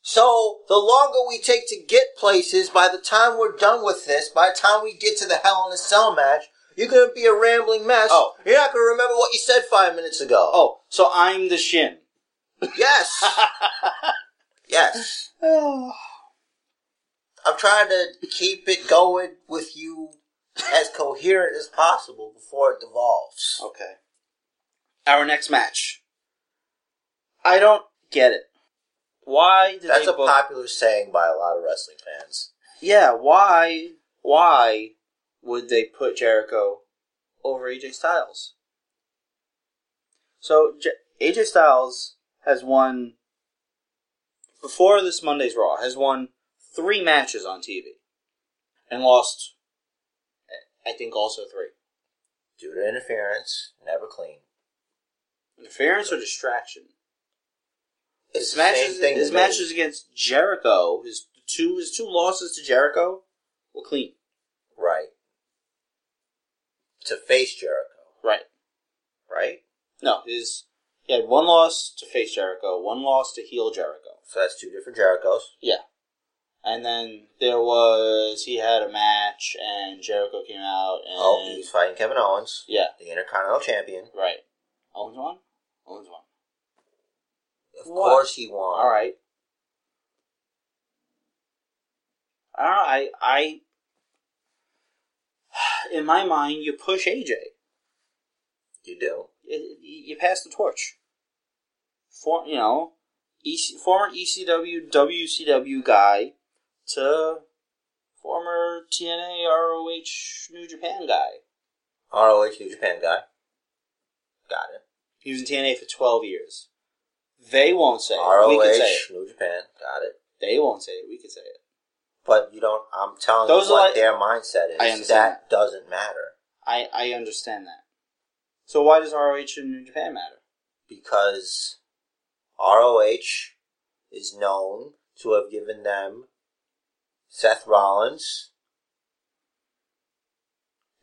A: So the longer we take to get places, by the time we're done with this, by the time we get to the Hell in a Cell match, you're gonna be a rambling mess.
B: Oh.
A: you're not gonna remember what you said five minutes ago.
B: Oh, so I'm the shin.
A: yes, yes.
B: Oh.
A: I'm trying to keep it going with you as coherent as possible before it devolves.
B: Okay. Our next match. I don't get it. Why did
A: That's
B: they
A: a
B: book-
A: popular saying by a lot of wrestling fans.
B: Yeah, why why would they put Jericho over AJ Styles? So J- AJ Styles has won before this Monday's Raw has won 3 matches on TV and lost I think also 3.
A: Due to interference, never clean.
B: Interference or distraction?
A: It's
B: His
A: the same
B: matches,
A: thing.
B: his
A: to me.
B: matches against Jericho, his two his two losses to Jericho were clean.
A: right to face Jericho,
B: Right.
A: right?
B: No, his he had one loss to face Jericho, one loss to heel Jericho.
A: So that's two different Jerichos.
B: Yeah. And then there was he had a match and Jericho came out and
A: Oh, he's fighting Kevin Owens,
B: Yeah,
A: the Intercontinental Champion.
B: right. Owens won? Owens won.
A: Of
B: What?
A: course, he won.
B: Alright. I don't know, I I in my mind you push AJ.
A: you do.
B: it, you pass the torch. For you know, EC, former E ECW WCW guy to former TNA ROH New Japan guy.
A: ROH New Japan guy. Got it.
B: He was in TNA for twelve years. They won't say it. We can say it.
A: ROH New Japan. Got it.
B: They won't say it. We can say it.
A: But you don't. I'm telling
B: Those
A: you
B: are
A: what
B: like-
A: their mindset is.
B: I understand
A: That doesn't matter
B: I I understand that. So why does ROH and New Japan matter?
A: because ROH is known to have given them Seth Rollins,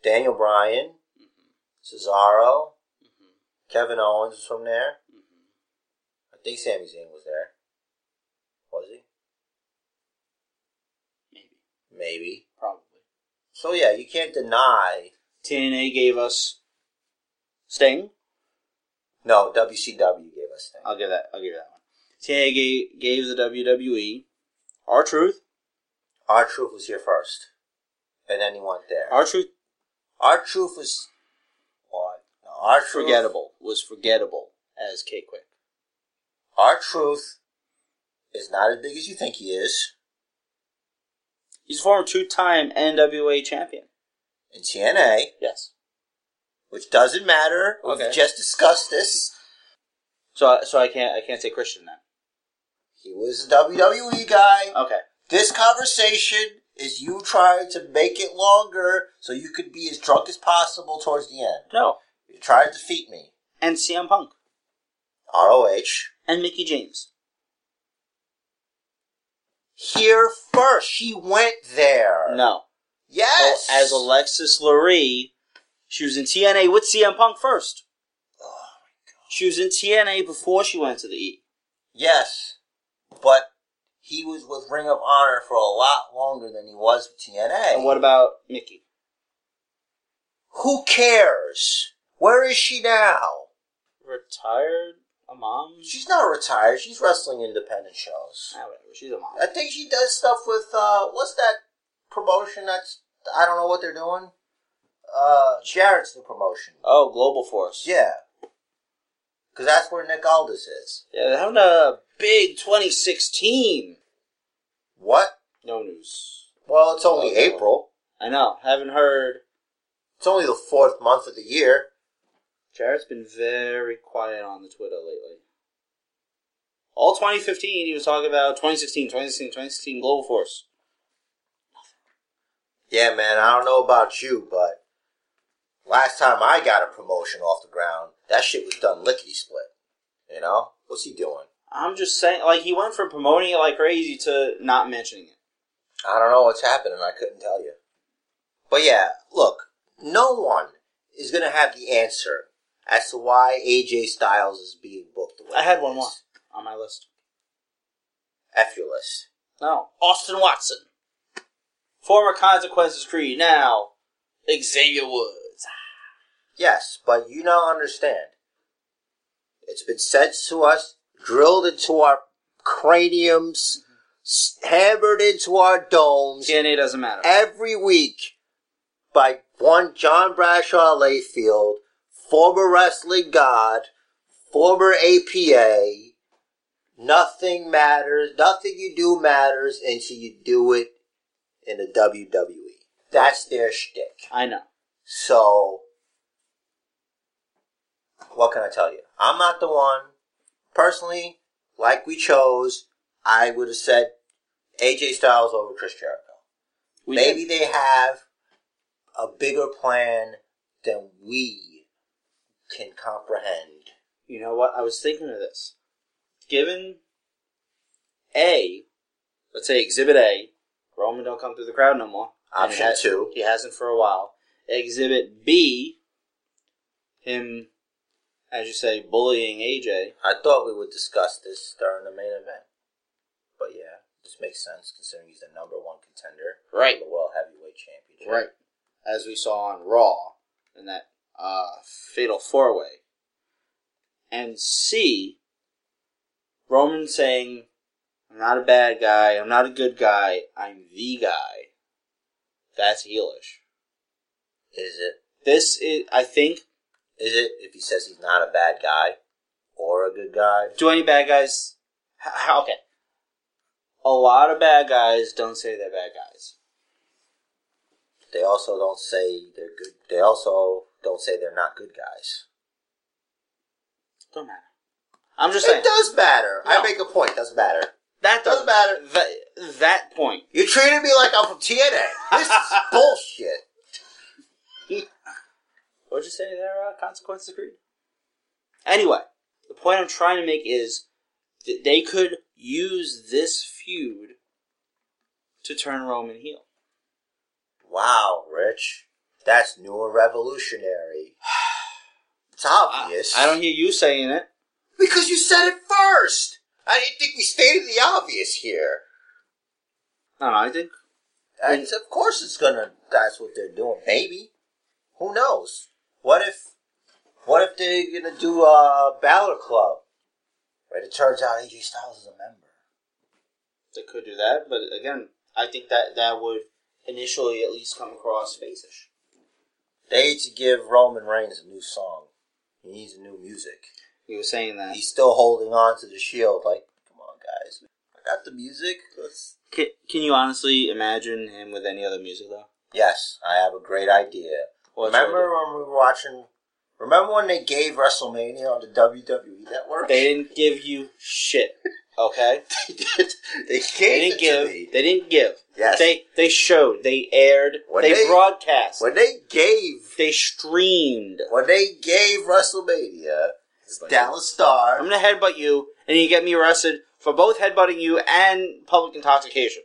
A: Daniel Bryan,
B: Mm-hmm.
A: Cesaro, Kevin Owens was from there.
B: Mm-hmm.
A: I think Sami Zayn was there. Was he?
B: Maybe,
A: Maybe.
B: probably.
A: So yeah, you can't deny.
B: TNA gave us Sting.
A: No, WCW gave us that.
B: I'll give that. I'll give that one. TNA gave, gave the WWE our truth.
A: Our truth was here first, and then he went there.
B: Our truth
A: Our truth was. What? Our truth.
B: forgettable was forgettable as K Quick.
A: Our truth is not as big as you think he is.
B: He's a former two-time NWA champion.
A: In TNA,
B: Yes.
A: which doesn't matter.
B: Okay.
A: We've just discussed this.
B: So I- so I can't I can't say Christian then.
A: He was a WWE guy.
B: Okay.
A: This conversation is you trying to make it longer so you could be as drunk as possible towards the end.
B: No.
A: You tried to defeat me.
B: And CM Punk
A: ROH.
B: and Mickey James.
A: Here first. She went there.
B: No. Oh,
A: Yes.
B: As Alexis Lurie, she was in TNA with CM Punk first. She was in TNA before she went to the E.
A: Yes, but he was with Ring of Honor for a lot longer than he was with TNA.
B: And what about Mickey?
A: Who cares? Where is she now?
B: Retired a mom?
A: She's not retired. She's wrestling independent shows.
B: Ah, whatever. She's a mom.
A: I think she does stuff with uh, what's that promotion? That's I don't know what they're doing. uh, Jarrett's the promotion.
B: Oh, Global Force.
A: Yeah. Because that's where Nick Aldis is.
B: Yeah, they're having a big 2016.
A: What?
B: No news.
A: Well, it's only
B: Oh, no.
A: April.
B: I know. Haven't heard.
A: It's only the fourth month of the year.
B: Jarrett's been very quiet on the Twitter lately. All 2015, he was talking about 2016, 2016, 2016 Global Force.
A: Yeah, man, I don't know about you, but last time I got a promotion off the ground, that shit was done lickety split. You know? What's he doing?
B: I'm just saying, like, he went from promoting it like crazy to not mentioning it.
A: I don't know what's happening. I couldn't tell you. But yeah, look, no one is going to have the answer as to why AJ Styles is being booked. The way
B: I had
A: he
B: one
A: is.
B: more on my list.
A: F your list.
B: No. Austin Watson. Former Consequences Creed, now Xavier Woods.
A: Yes, but you now understand. It's been said to us, drilled into our craniums, s- hammered into our domes
B: TNA doesn't matter.
A: every week by one John Bradshaw Layfield, former wrestling god, former APA. Nothing matters. Nothing you do matters until you do it in the WWE. That's their shtick.
B: I know.
A: So, what can I tell you? I'm not the one. Personally, like we chose, I would have said AJ Styles over Chris Jericho.
B: We
A: Maybe they have a bigger plan than we can comprehend.
B: You know what? I was thinking of this. Given A, let's say Exhibit A, Roman don't come through the crowd no more. And he
A: Option
B: has-
A: two.
B: He hasn't for a while. Exhibit B, him, as you say, bullying AJ.
A: I thought we would discuss this during the main event. But yeah, this makes sense considering he's the number one contender
B: Right.
A: for the World Heavyweight Championship.
B: Right. As we saw on Raw in that uh, fatal four way. And C, Roman saying, I'm not a bad guy, I'm not a good guy, I'm the guy. That's heelish.
A: Is it
B: This is, I think,
A: Is it if he says he's not a bad guy or a good guy?
B: do any bad guys, h- how, okay. A lot of bad guys don't say they're bad guys.
A: They also don't say they're good. They also don't say they're not good guys.
B: Don't matter. I'm just saying.
A: It does matter.
B: No.
A: I make a point. Doesn't matter.
B: that doesn't
A: Doesn't matter.
B: That, that point.
A: You treated me like I'm from TNA. This is bullshit.
B: What'd you say there? Uh, consequences of Creed. Anyway, the point I'm trying to make is that they could use this feud to turn Roman heel.
A: Wow, Rich. That's new and revolutionary. It's obvious.
B: I, I don't hear you saying it.
A: because you said it first. I didn't think we stated the obvious here.
B: No, no, I think
A: And of course it's gonna that's what they're doing, maybe. Who knows? What if what if they're gonna do a Balor Club? But it turns out AJ Styles is a member.
B: they could do that, but again, I think that that would initially at least come across faceish.
A: They need to give Roman Reigns a new song. He needs a new music.
B: You were saying that.
A: He's still holding on to the shield, like, come on guys. I got the music. Let's
B: Can, can you honestly imagine him with any other music though?
A: Yes, I have a great idea.
B: Well, that's
A: remember when we were watching remember when they gave WrestleMania on the WWE network?
B: They didn't give you shit. Okay.
A: they did. They gave
B: They didn't
A: it
B: give.
A: to me.
B: They didn't give.
A: Yes.
B: They they showed. They aired.
A: When
B: they,
A: they-
B: broadcast.
A: when they gave
B: they streamed.
A: when they gave WrestleMania it's Dallas Star,
B: I'm gonna headbutt you, and you get me arrested for both headbutting you and public intoxication.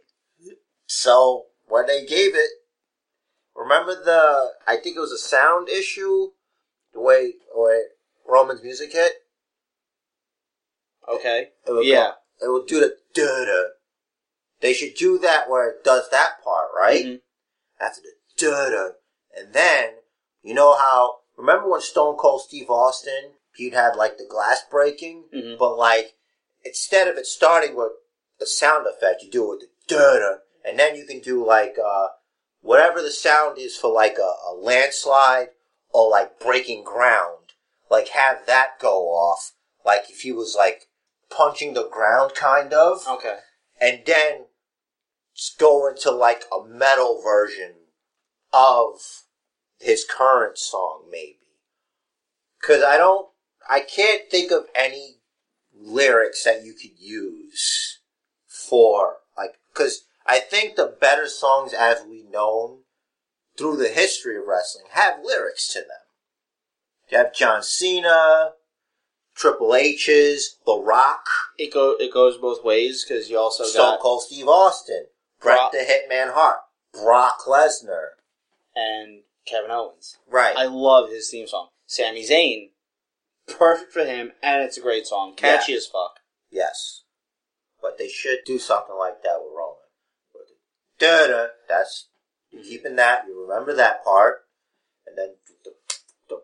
A: so when they gave it, remember the I think it was a sound issue, the way or Roman's music hit.
B: Okay.
A: It would
B: Yeah.
A: go- it would do the da da. They should do that where it does that part, right?
B: Mhm.
A: After the da da, and then you know how remember when Stone Cold Steve Austin he'd have like the glass breaking,
B: Mhm.
A: but like instead of it starting with the sound effect, you do it with the da da, and then you can do like uh whatever the sound is for like a, a landslide or like breaking ground, like have that go off, like if he was like punching the ground kind of,
B: Okay.
A: and then just go into like a metal version of his current song maybe. Cause I don't, I can't think of any lyrics that you could use for like because I think the better songs as we known through the history of wrestling have lyrics to them. You have John Cena, Triple H's, The Rock,
B: It go it goes both ways because you also
A: Stone
B: got
A: Cold Steve Austin, Bret
B: Brock.
A: the Hitman Hart, Brock Lesnar.
B: and Kevin Owens.
A: Right.
B: I love his theme song. Sami Zayn, perfect for him, and it's a great song, catchy as fuck.
A: yes. But they should do something like that with Roman. Da da. That's You're keeping that. You remember that part, and then the, the,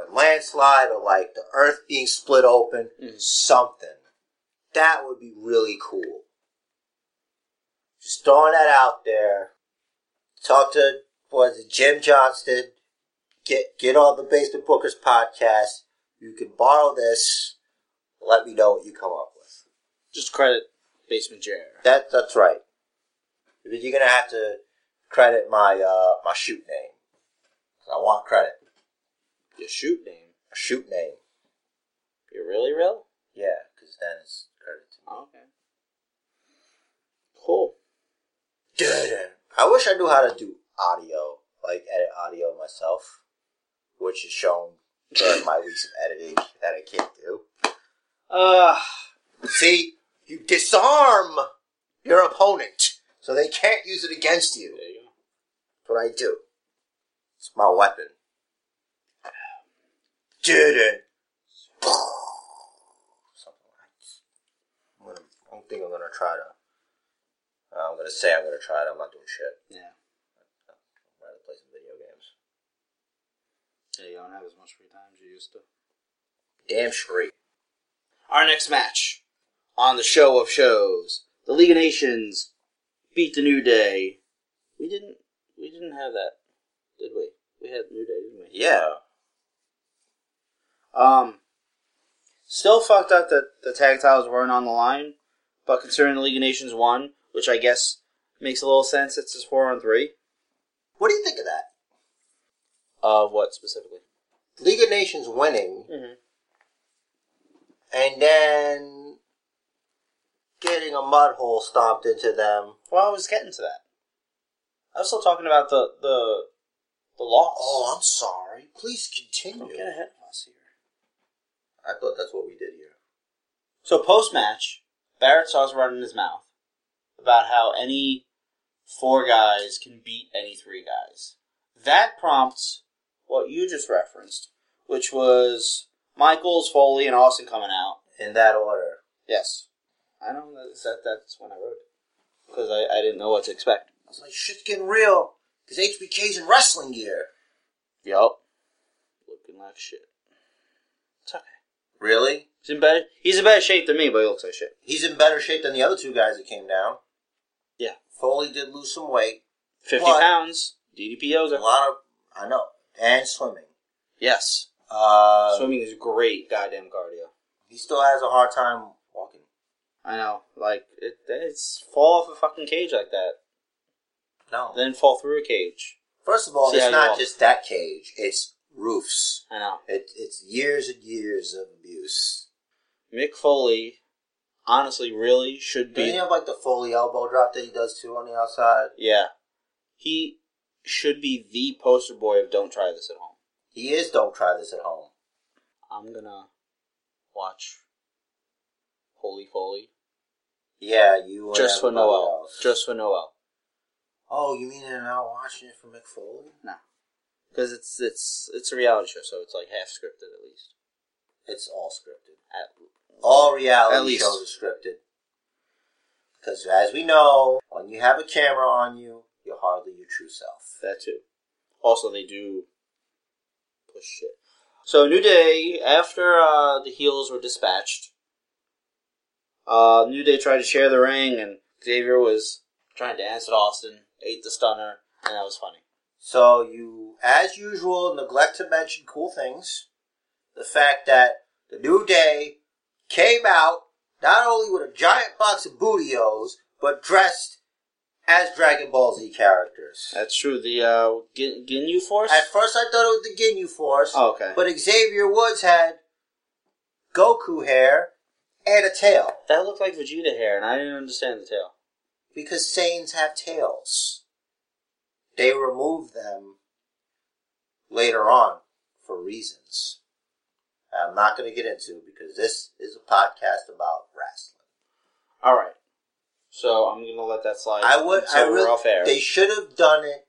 A: a landslide or like the earth being split open,
B: Mhm.
A: something. That would be really cool. Just throwing that out there. Talk to was it Jim Johnston. Get get on the Basement Bookers podcast. You can borrow this. Let me know what you come up with.
B: Just credit Basement Jair.
A: That that's right. But you're gonna have to credit my uh my shoot name. 'Cause I want credit.
B: Your shoot name.
A: A shoot name.
B: You're really real?
A: Yeah, because then it's credit to
B: Oh, Okay. Cool.
A: me. I wish I knew how to do audio, like edit audio myself, which is shown during my weeks of editing that I can't do.
B: Uh
A: See, you disarm your opponent, so they can't use it against you.
B: there you go.
A: what I do. It's my weapon. Did it. uh, Something like this. I'm gonna, I don't think I'm gonna try to. uh, I'm gonna say I'm gonna try it. I'm not doing shit.
B: Yeah.
A: I'm gonna play some video games.
B: Yeah, you don't have as much free time as you used to.
A: Damn straight.
B: Our next match on the show of shows. The League of Nations beat the New Day. We didn't we didn't have that, did we? We had New Day, didn't we?
A: Yeah.
B: Um, still fucked up that the tag titles weren't on the line, but considering the League of Nations won, which I guess makes a little sense, it's just four on three.
A: What do you think of that?
B: Of what specifically?
A: League of Nations winning,
B: Mm-hmm.
A: and then getting a mud hole stomped into them.
B: Well, I was getting to that. I was still talking about the the the loss.
A: Oh, I'm sorry. Please
B: Don't
A: continue.
B: get ahead of us here.
A: I thought that's what we did here.
B: So post match, Barrett saws running his mouth about how any four guys can beat any three guys. That prompts what you just referenced, which was Michaels, Foley, and Austin coming out.
A: In that order.
B: Yes, I know that, that that's when I wrote it because I, I didn't know what to expect.
A: I was like, shit's getting real. Because HBK's in wrestling gear.
B: Yup, looking like shit. It's okay.
A: Really?
B: He's in better. He's in better shape than me, but he looks like shit.
A: He's in better shape than the other two guys that came down.
B: Yeah,
A: Foley did lose some weight.
B: fifty
A: What?
B: pounds. DDP owes
A: A
B: it.
A: lot of, I know. And swimming.
B: Yes, Um,
A: Uh,
B: swimming is great. Goddamn cardio.
A: he still has a hard time walking.
B: I know, like it, it's fall off a fucking cage like that,
A: No.
B: then fall through a cage.
A: First of all,
B: See how
A: it's
B: you
A: not
B: walk.
A: just that cage. It's roofs.
B: I know.
A: It, it's years and years of abuse.
B: Mick Foley, honestly, really should
A: Doesn't he
B: be.
A: have like the Foley elbow drop that he does too on the outside?
B: Yeah, he should be the poster boy of "Don't try this at home."
A: He is don't try this at home.
B: I'm gonna watch Holy Foley
A: Yeah, you and
B: just for
A: everybody
B: Noel.
A: else.
B: Just for Noel.
A: Oh, you mean they're not watching it for McFoley?
B: No, because it's it's it's a reality show, so it's like half scripted at least.
A: It's all scripted.
B: At,
A: All reality
B: At least.
A: shows are scripted. Because as we know, when you have a camera on you, you're hardly your true self.
B: That too. Also, they do push shit. So, New Day, after uh, the heels were dispatched, uh, New Day tried to share the ring, and Xavier was trying to dance at Austin, ate the stunner, and that was funny.
A: So you, as usual, neglect to mention cool things. The fact that the New Day came out not only with a giant box of bootios, but dressed as Dragon Ball Z characters.
B: That's true. The uh, Gin- Ginyu Force.
A: At first, I thought it was the Ginyu Force,
B: Oh, okay.
A: but Xavier Woods had Goku hair and a tail
B: that looked like Vegeta hair, and I didn't understand the tail.
A: because Saiyans have tails. They removed them later on for reasons I'm not going to get into because this is a podcast about wrestling.
B: All right. So I'm gonna let that slide.
A: I would.
B: until
A: I
B: we're
A: really,
B: off air.
A: They should have done it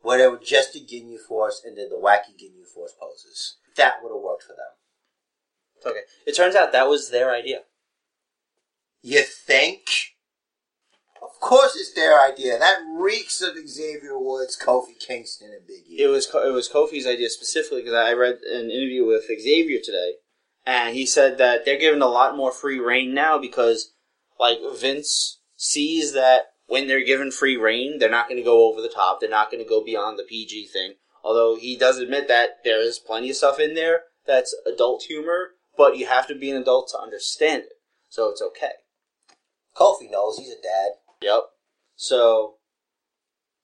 A: where they were just a Ginyu Force and did the wacky Ginyu Force poses. That would have worked for them.
B: okay. It turns out that was their idea.
A: You think? Of course, it's their idea. That reeks of Xavier Woods, Kofi Kingston, and Big E.
B: It was Ko- it was Kofi's idea specifically because I read an interview with Xavier today, and he said that they're given a lot more free reign now because, like Vince sees that when they're given free reign, they're not going to go over the top. They're not going to go beyond the PG thing. Although he does admit that there is plenty of stuff in there that's adult humor, but you have to be an adult to understand it, so it's okay.
A: Kofi knows he's a dad.
B: Yep. So,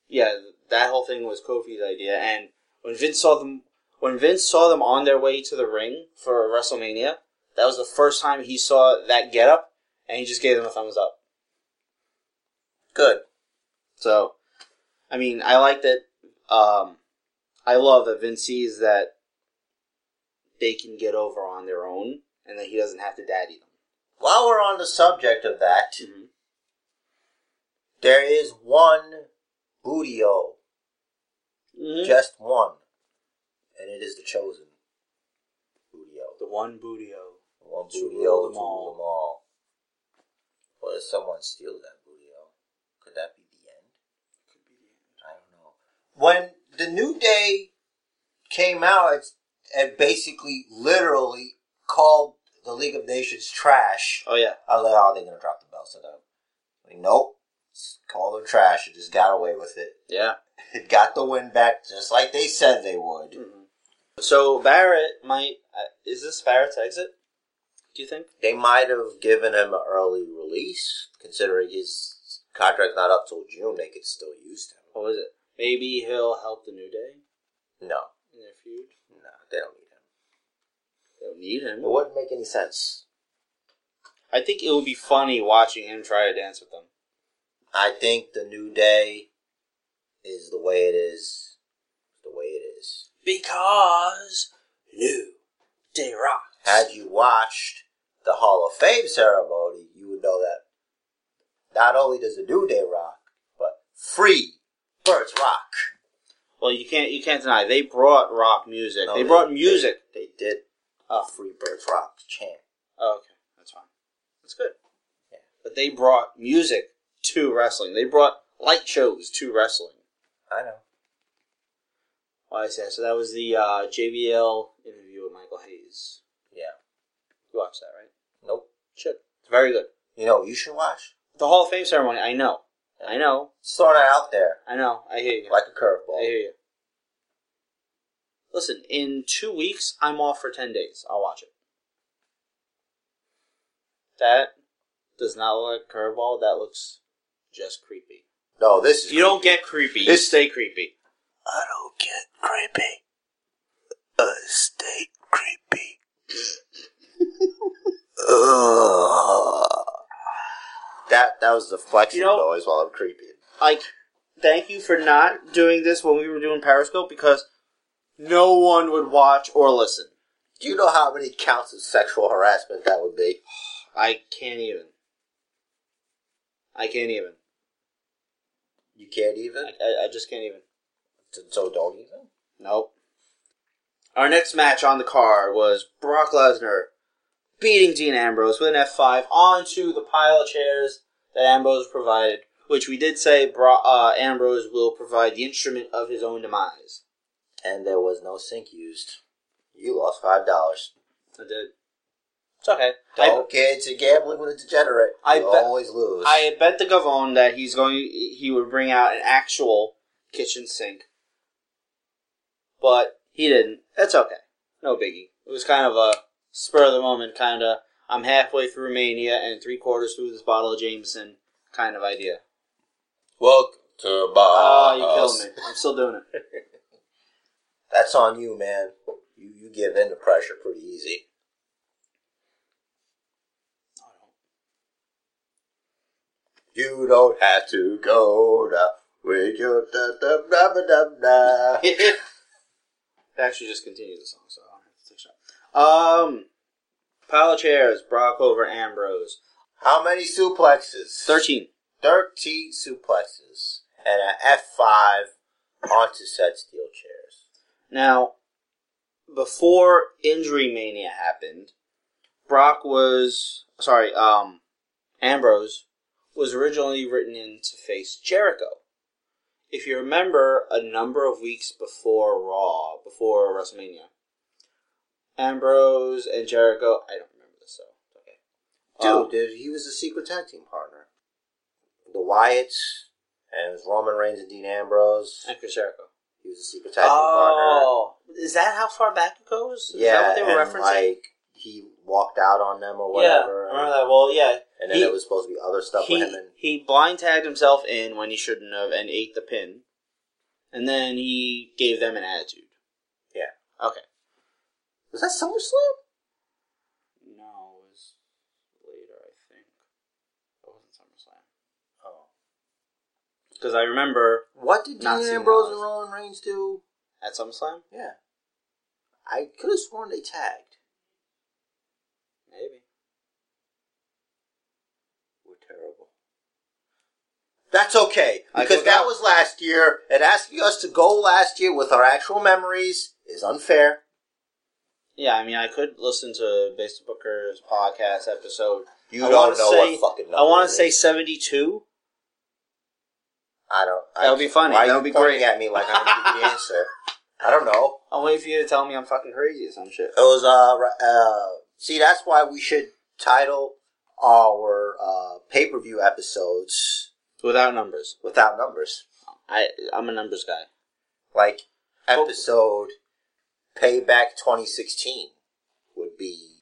B: yeah, that whole thing was Kofi's idea, and when Vince saw them, when Vince saw them on their way to the ring for WrestleMania, that was the first time he saw that getup, and he just gave them a thumbs up.
A: Good.
B: So, I mean, I like that. Um, I love that Vince sees that they can get over on their own, and that he doesn't have to daddy them.
A: While we're on the subject of that, there is one bootio,
B: Mhm.
A: just one, and it is the chosen bootio.
B: The one bootio.
A: One bootio
B: To
A: to
B: rule
A: rule
B: them all.
A: them all. What if someone steals that bootio? Could that be the end? I don't know. When the new day came out, it's, it basically, literally called the League of Nations trash.
B: Oh yeah.
A: I was like, oh, they're gonna drop the belt. So no. Like, nope. Just call them trash. It just got away with it.
B: Yeah.
A: It got the win back just like they said they
B: Hmm.
A: would.
B: Mm-hmm. So Barrett might uh, is this Barrett's exit? Do you think?
A: They might have given him an early release, considering his contract's not up till June. They could still use him.
B: What was it? Maybe he'll help the New Day
A: No,
B: in their feud.
A: no, they don't need him.
B: They'll need him.
A: It wouldn't make any sense.
B: I think it would be funny watching him try to dance with them.
A: I think the new day is the way it is. The way it is.
B: Because New Day rocks.
A: had you watched the Hall of Fame ceremony, you would know that not only does the New Day rock, but free birds rock.
B: well, you can't you can't deny they brought rock music.
A: No,
B: they, brought music.
A: They, they did
B: Oh.
A: free birds rock chant.
B: oh, okay, that's fine. That's good.
A: Yeah.
B: But they brought music to wrestling. They brought light shows to wrestling.
A: I know.
B: Well, I said so. That was the uh, JBL interview with Michael Hayes.
A: Yeah.
B: You watched that, right?
A: Nope.
B: Should. It's very good.
A: You know, what you should watch.
B: The Hall of Fame ceremony, I know. I know.
A: Just throwing it out there
B: I know. I hear you.
A: like a
B: I
A: curveball.
B: hear you. Listen, in two weeks, I'm off for 10 days. I'll watch it. That does not look like a curveball. That looks just creepy.
A: No, this is.
B: You don't get creepy. You
A: This-
B: stay creepy.
A: I don't get creepy. Uh, stay creepy. Ugh. That that was the flexion
B: You know-
A: noise while I'm creepy.
B: Like, thank you for not doing this when we were doing Periscope because no one would watch or listen.
A: Do you know how many counts of sexual harassment that would be?
B: I can't even. I can't even.
A: You can't even.
B: I, I, I just can't even.
A: So don't even.
B: Nope. Our next match on the card was Brock Lesnar beating Dean Ambrose with an F5 onto the pile of chairs that Ambrose provided, which we did say Bro- uh, Ambrose will provide the instrument of his own demise.
A: And there was no sink used. You lost five dollars.
B: I did. It's okay. I,
A: Don't get into gambling with a degenerate.
B: I
A: you
B: bet-
A: always lose.
B: I bet the Gavone that he's going, he would bring out an actual kitchen sink. But he didn't. That's okay. No biggie. It was kind of a spur of the moment kind of I'm halfway through Mania and three quarters through this bottle of Jameson kind of idea.
C: Welcome to
A: Uh,
C: my
A: Ah,
B: Oh, you
C: house.
B: killed me. I'm still doing it.
A: That's on you, man. You you give in to pressure pretty easy. You don't have to go to with your da da da da da da.
B: it actually just continues the song, so I don't have to touch that. Um, pile of chairs, Brock over Ambrose.
A: How many suplexes?
B: 13.
A: 13 suplexes and an F5 onto said steel chairs.
B: Now, before Injury Mania happened, Brock was, sorry, um, Ambrose was originally written in to face Jericho. If you remember, a number of weeks before Raw, before WrestleMania, Ambrose and Jericho, I don't remember this, so, okay.
A: Dude,
B: Um,
A: dude, he was a secret tag team partner. The Wyatts and it was Roman Reigns and Dean Ambrose.
B: Um, and Chris Jericho.
A: He was a secret tag team partner.
B: Oh, is that how far back it goes? Is
A: yeah,
B: that what they were
A: and
B: referencing?
A: like he walked out on them or
B: yeah,
A: whatever,
B: I remember that. Well, yeah,
A: and then
B: He-
A: there was supposed to be other stuff
B: he,
A: with him. And
B: he blind tagged himself in when he shouldn't have and ate the pin, and then he gave them an attitude.
A: Yeah.
B: Okay.
A: was that SummerSlam?
B: No, it was later, I think. It wasn't SummerSlam.
A: Oh.
B: Because I remember
A: What did
B: Not
A: Dean
B: seen
A: Ambrose
B: that.
A: and Roman Reigns do?
B: at SummerSlam,
A: Yeah, I could have sworn they tagged.
B: maybe.
A: We're terrible. That's okay
B: I
A: because
B: go-
A: that was last year, and asking us to go last year with our actual memories is unfair.
B: Yeah, I mean, I could listen to Base to Booker's podcast episode.
A: You
B: I
A: don't
B: wanna
A: know
B: say-
A: what fucking.
B: I want
A: number
B: to
A: it
B: say
A: is.
B: seventy-two.
A: I don't.
B: That would be funny.
A: Why
B: That
A: are
B: would
A: you
B: be
A: pointing
B: great.
A: at me like I'm going to give you the answer? I don't know.
B: I'm waiting for you to tell me I'm fucking crazy or some shit.
A: It was uh, ri- uh see that's why we should title our uh pay per view episodes
B: Without numbers,
A: without numbers.
B: I I'm a numbers guy.
A: Like episode Payback twenty sixteen would be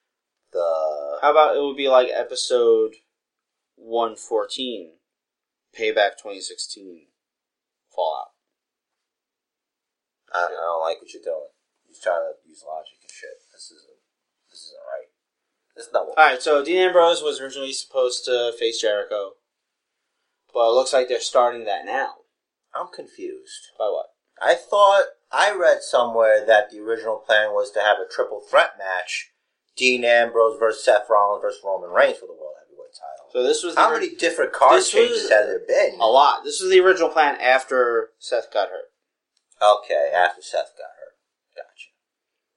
A: the
B: How about it would be like episode one fourteen, Payback twenty sixteen, Fallout.
A: I, I don't like what you're doing. You're trying to use logic and shit. This isn't this isn't right. This is not what
B: All right, so Dean Ambrose was originally supposed to face Jericho, but it looks like they're starting that now.
A: I'm confused.
B: By what?
A: I thought I read somewhere that the original plan was to have a triple threat match: Dean Ambrose versus Seth Rollins versus Roman Reigns for the world heavyweight title.
B: So this was the
A: How
B: ori-
A: many different card
B: This
A: changes
B: was-
A: have there been?
B: A lot. This was the original plan after Seth got hurt.
A: Okay, after Seth got hurt, gotcha.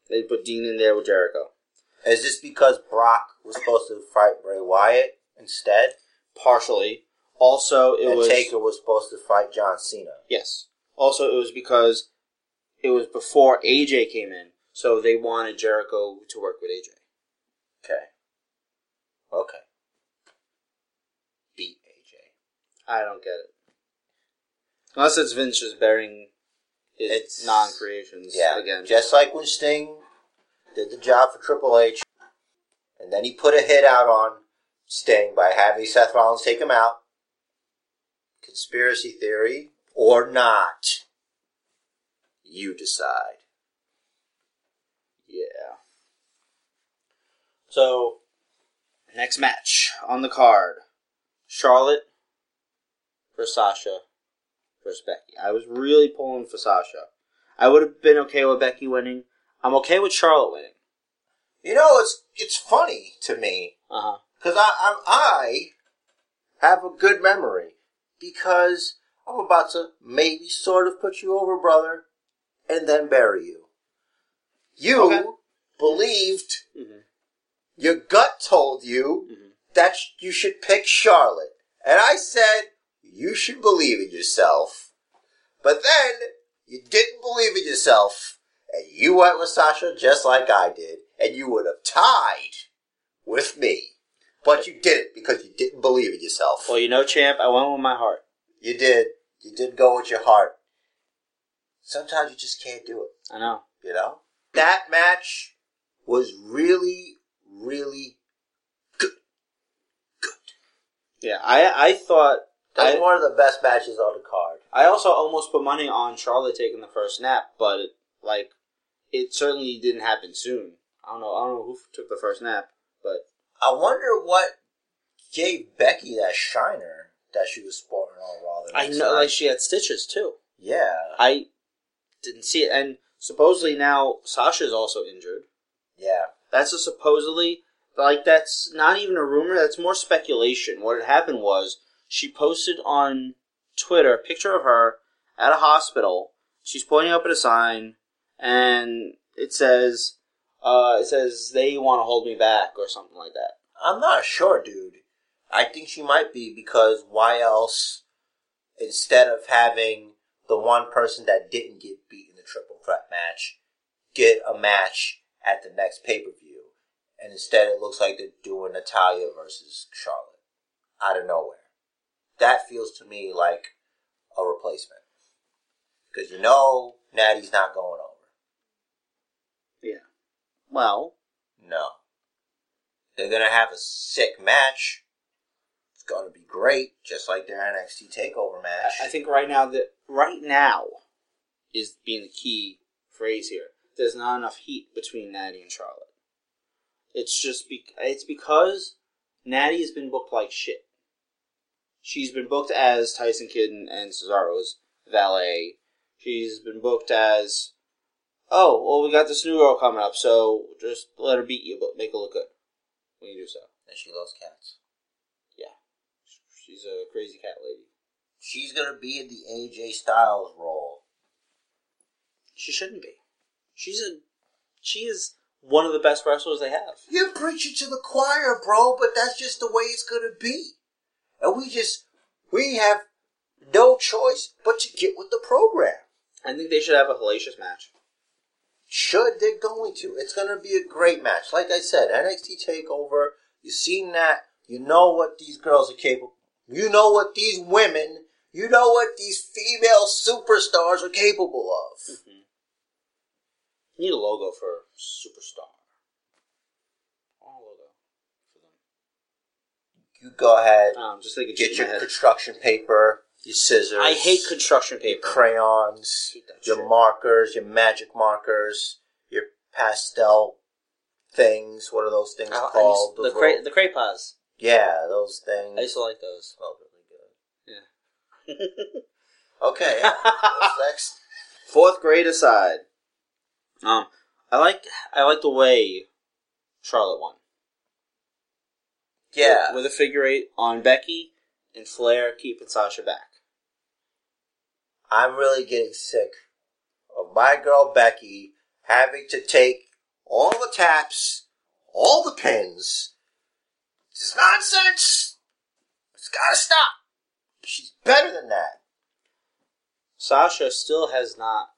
B: They put Dean in there with Jericho.
A: Is this because Brock was supposed to fight Bray Wyatt instead,
B: Partially. Also, it
A: and
B: was
A: Taker was supposed to fight John Cena?
B: Yes. Also, it was because it was before AJ came in, so they wanted Jericho to work with AJ.
A: Okay, okay. Beat AJ.
B: I don't get it. Unless it's Vince just burying his
A: It's-
B: non-creations
A: Yeah,
B: again.
A: just like when Sting did the job for Triple H, and then he put a hit out on Sting by having Seth Rollins take him out. Conspiracy theory or not, you decide.
B: yeah. So, next match on the card. Charlotte for Sasha versus Becky. I was really pulling for Sasha. I would have been okay with Becky winning. I'm okay with Charlotte winning.
A: You know, it's it's funny to me
B: Uh-huh.
A: because I, I I have a good memory because I'm about to maybe sort of put you over, brother, and then bury you. You
B: Okay.
A: believed
B: Mm-hmm.
A: Your gut told you
B: Mhm.
A: that sh- you should pick Charlotte. And I said, you should believe in yourself. But then, you didn't believe in yourself. And you went with Sasha just like I did. And you would have tied with me. But you didn't because you didn't believe in yourself.
B: Well, you know, champ, I went with my heart.
A: You did. You did go with your heart. sometimes you just can't do it.
B: I know.
A: You know? That match was really, really.
B: Yeah, I I thought
A: That was
B: I-
A: one of the best matches on the card.
B: I also almost put money on Charlotte taking the first snap, but like it certainly didn't happen soon. I don't know. I don't know who took the first snap, but
A: I wonder what gave Becky that shiner that she was sporting on Raw. the
B: I
A: next
B: know like
A: night.
B: she had stitches too.
A: yeah,
B: I didn't see it, and supposedly now Sasha's also injured.
A: yeah.
B: That's a supposedly like that's not even a rumor. That's more speculation. What had happened was she posted on Twitter a picture of her at a hospital. She's pointing up at a sign, and it says, uh, "It says they want to hold me back" or something like that.
A: I'm not sure, dude. I think she might be because why else? Instead of having the one person that didn't get beat in the triple threat match get a match at the next pay per view, and instead it looks like they're doing Natalia versus Charlotte out of nowhere. That feels to me like a replacement because you know Natty's not going over.
B: Yeah. Well,
A: No, they're gonna have a sick match. It's gonna be great, just like their NXT Takeover match.
B: I, I think right now that right now is being the key phrase here. There's not enough heat between Natty and Charlotte. It's just be, it's because Natty has been booked like shit. She's been booked as Tyson Kidd and, and Cesaro's valet. She's been booked as oh well, we got this new girl coming up, so just let her beat you, but make her look good when you do so.
A: and she loves cats.
B: Yeah, she's a crazy cat lady.
A: She's gonna be in the AJ Styles role.
B: She shouldn't be. She's a she is one of the best wrestlers they have.
A: You're preaching to the choir, bro, but that's just the way it's gonna be. And we just, we have no choice but to get with the program.
B: I think they should have a hellacious match.
A: Should they're going to? It's gonna be a great match. Like I said, NXT Takeover. You've seen that. You know what these girls are capable. You know what these women. You know what these female superstars are capable of.
B: Need a logo for superstar. I want a logo for them.
A: You go ahead.
B: No, I'm just thinking.
A: Get
B: shit in my
A: your
B: head.
A: construction paper, your scissors.
B: I hate construction
A: your
B: paper.
A: crayons,
B: I hate that
A: your
B: shit.
A: markers, your magic markers, your pastel things. What are those things
B: I, I
A: called?
B: used, the
A: little-
B: cra- the crepas.
A: yeah, those things.
B: I used to like those.
A: Smell really good.
B: Yeah.
A: Okay. what's next?
B: Fourth grade aside, um, I like I like the way Charlotte won.
A: Yeah.
B: With, with a figure eight on Becky and Flair keeping Sasha back.
A: I'm really getting sick of my girl Becky having to take all the taps, all the pins. It's nonsense. It's gotta stop. She's better than that.
B: Sasha still has not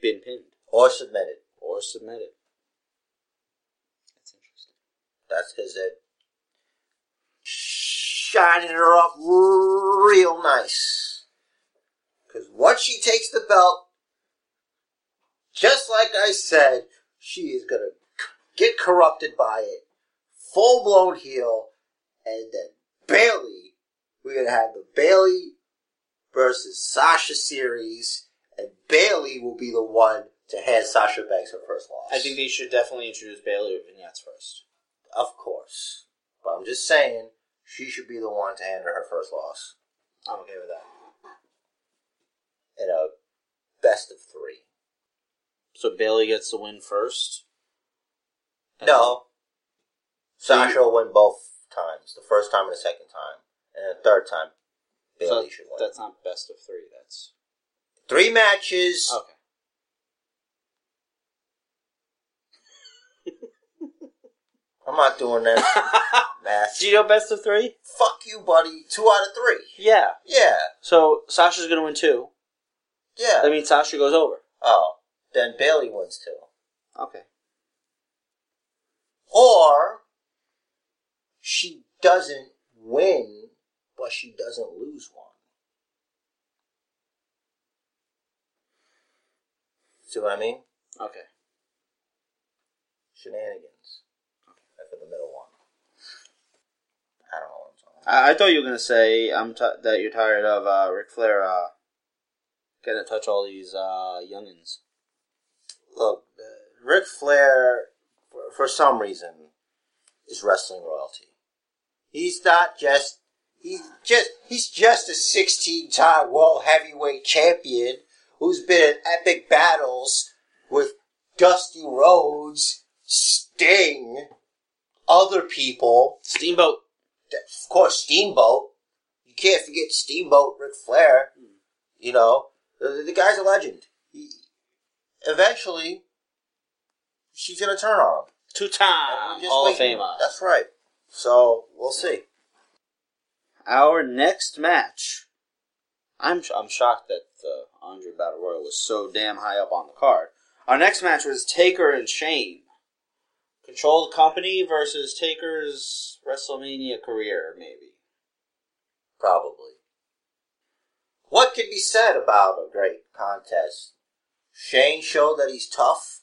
B: been pinned
A: Or submitted.
B: or submitted. That's interesting.
A: That's because they're shining her up real nice. Because once she takes the belt, just like I said, she is going to get corrupted by it, full blown heel, and then Bailey. We're going to have the Bailey versus Sasha series, and Bailey will be the one to hand Sasha Banks her first loss.
B: I think they should definitely introduce Bailey with vignettes first.
A: Of course. But I'm just saying, she should be the one to handle her first loss
B: I'm okay with that.
A: in a best of three.
B: So Bailey gets the win first. And
A: No.
B: Mm-hmm. So
A: Sasha will win both times. The first time and the second time. And the third time,
B: then-
A: Bailey
B: so
A: should win.
B: That's not best of three. That's
A: Three matches.
B: okay.
A: I'm not doing that math.
B: Do you know best of three?
A: Fuck you, buddy. Two out of three.
B: Yeah.
A: Yeah.
B: So Sasha's gonna win two.
A: Yeah.
B: That means Sasha goes over.
A: oh. Then Bailey wins too.
B: Okay.
A: Or she doesn't win, but she doesn't lose one. See what I mean?
B: Okay.
A: Shenanigans. That's the middle one. I don't know what I'm talking about.
B: I, I thought you were gonna say I'm t- that you're tired of uh, Ric Flair uh, getting to touch all these uh, youngins.
A: Look, uh, Ric Flair, for, for some reason, is wrestling royalty. He's not just he's just he's just a 16-time world heavyweight champion who's been in epic battles with Dusty Rhodes, Sting, other people.
B: Steamboat.
A: of course, Steamboat. You can't forget Steamboat, Ric Flair. You know, the, the guy's a legend. He, eventually, she's going to turn on him.
B: Two
A: And
B: time
A: we're just
B: Ah, Hall of
A: waiting.
B: Famer.
A: That's right. So, we'll see.
B: Our next match. I'm sh- I'm shocked that the Andre Battle Royal was so damn high up on the card. Our next match was Taker and Shane. Controlled company versus Taker's WrestleMania career, maybe.
A: Probably. What can be said about a great contest? Shane showed that he's tough,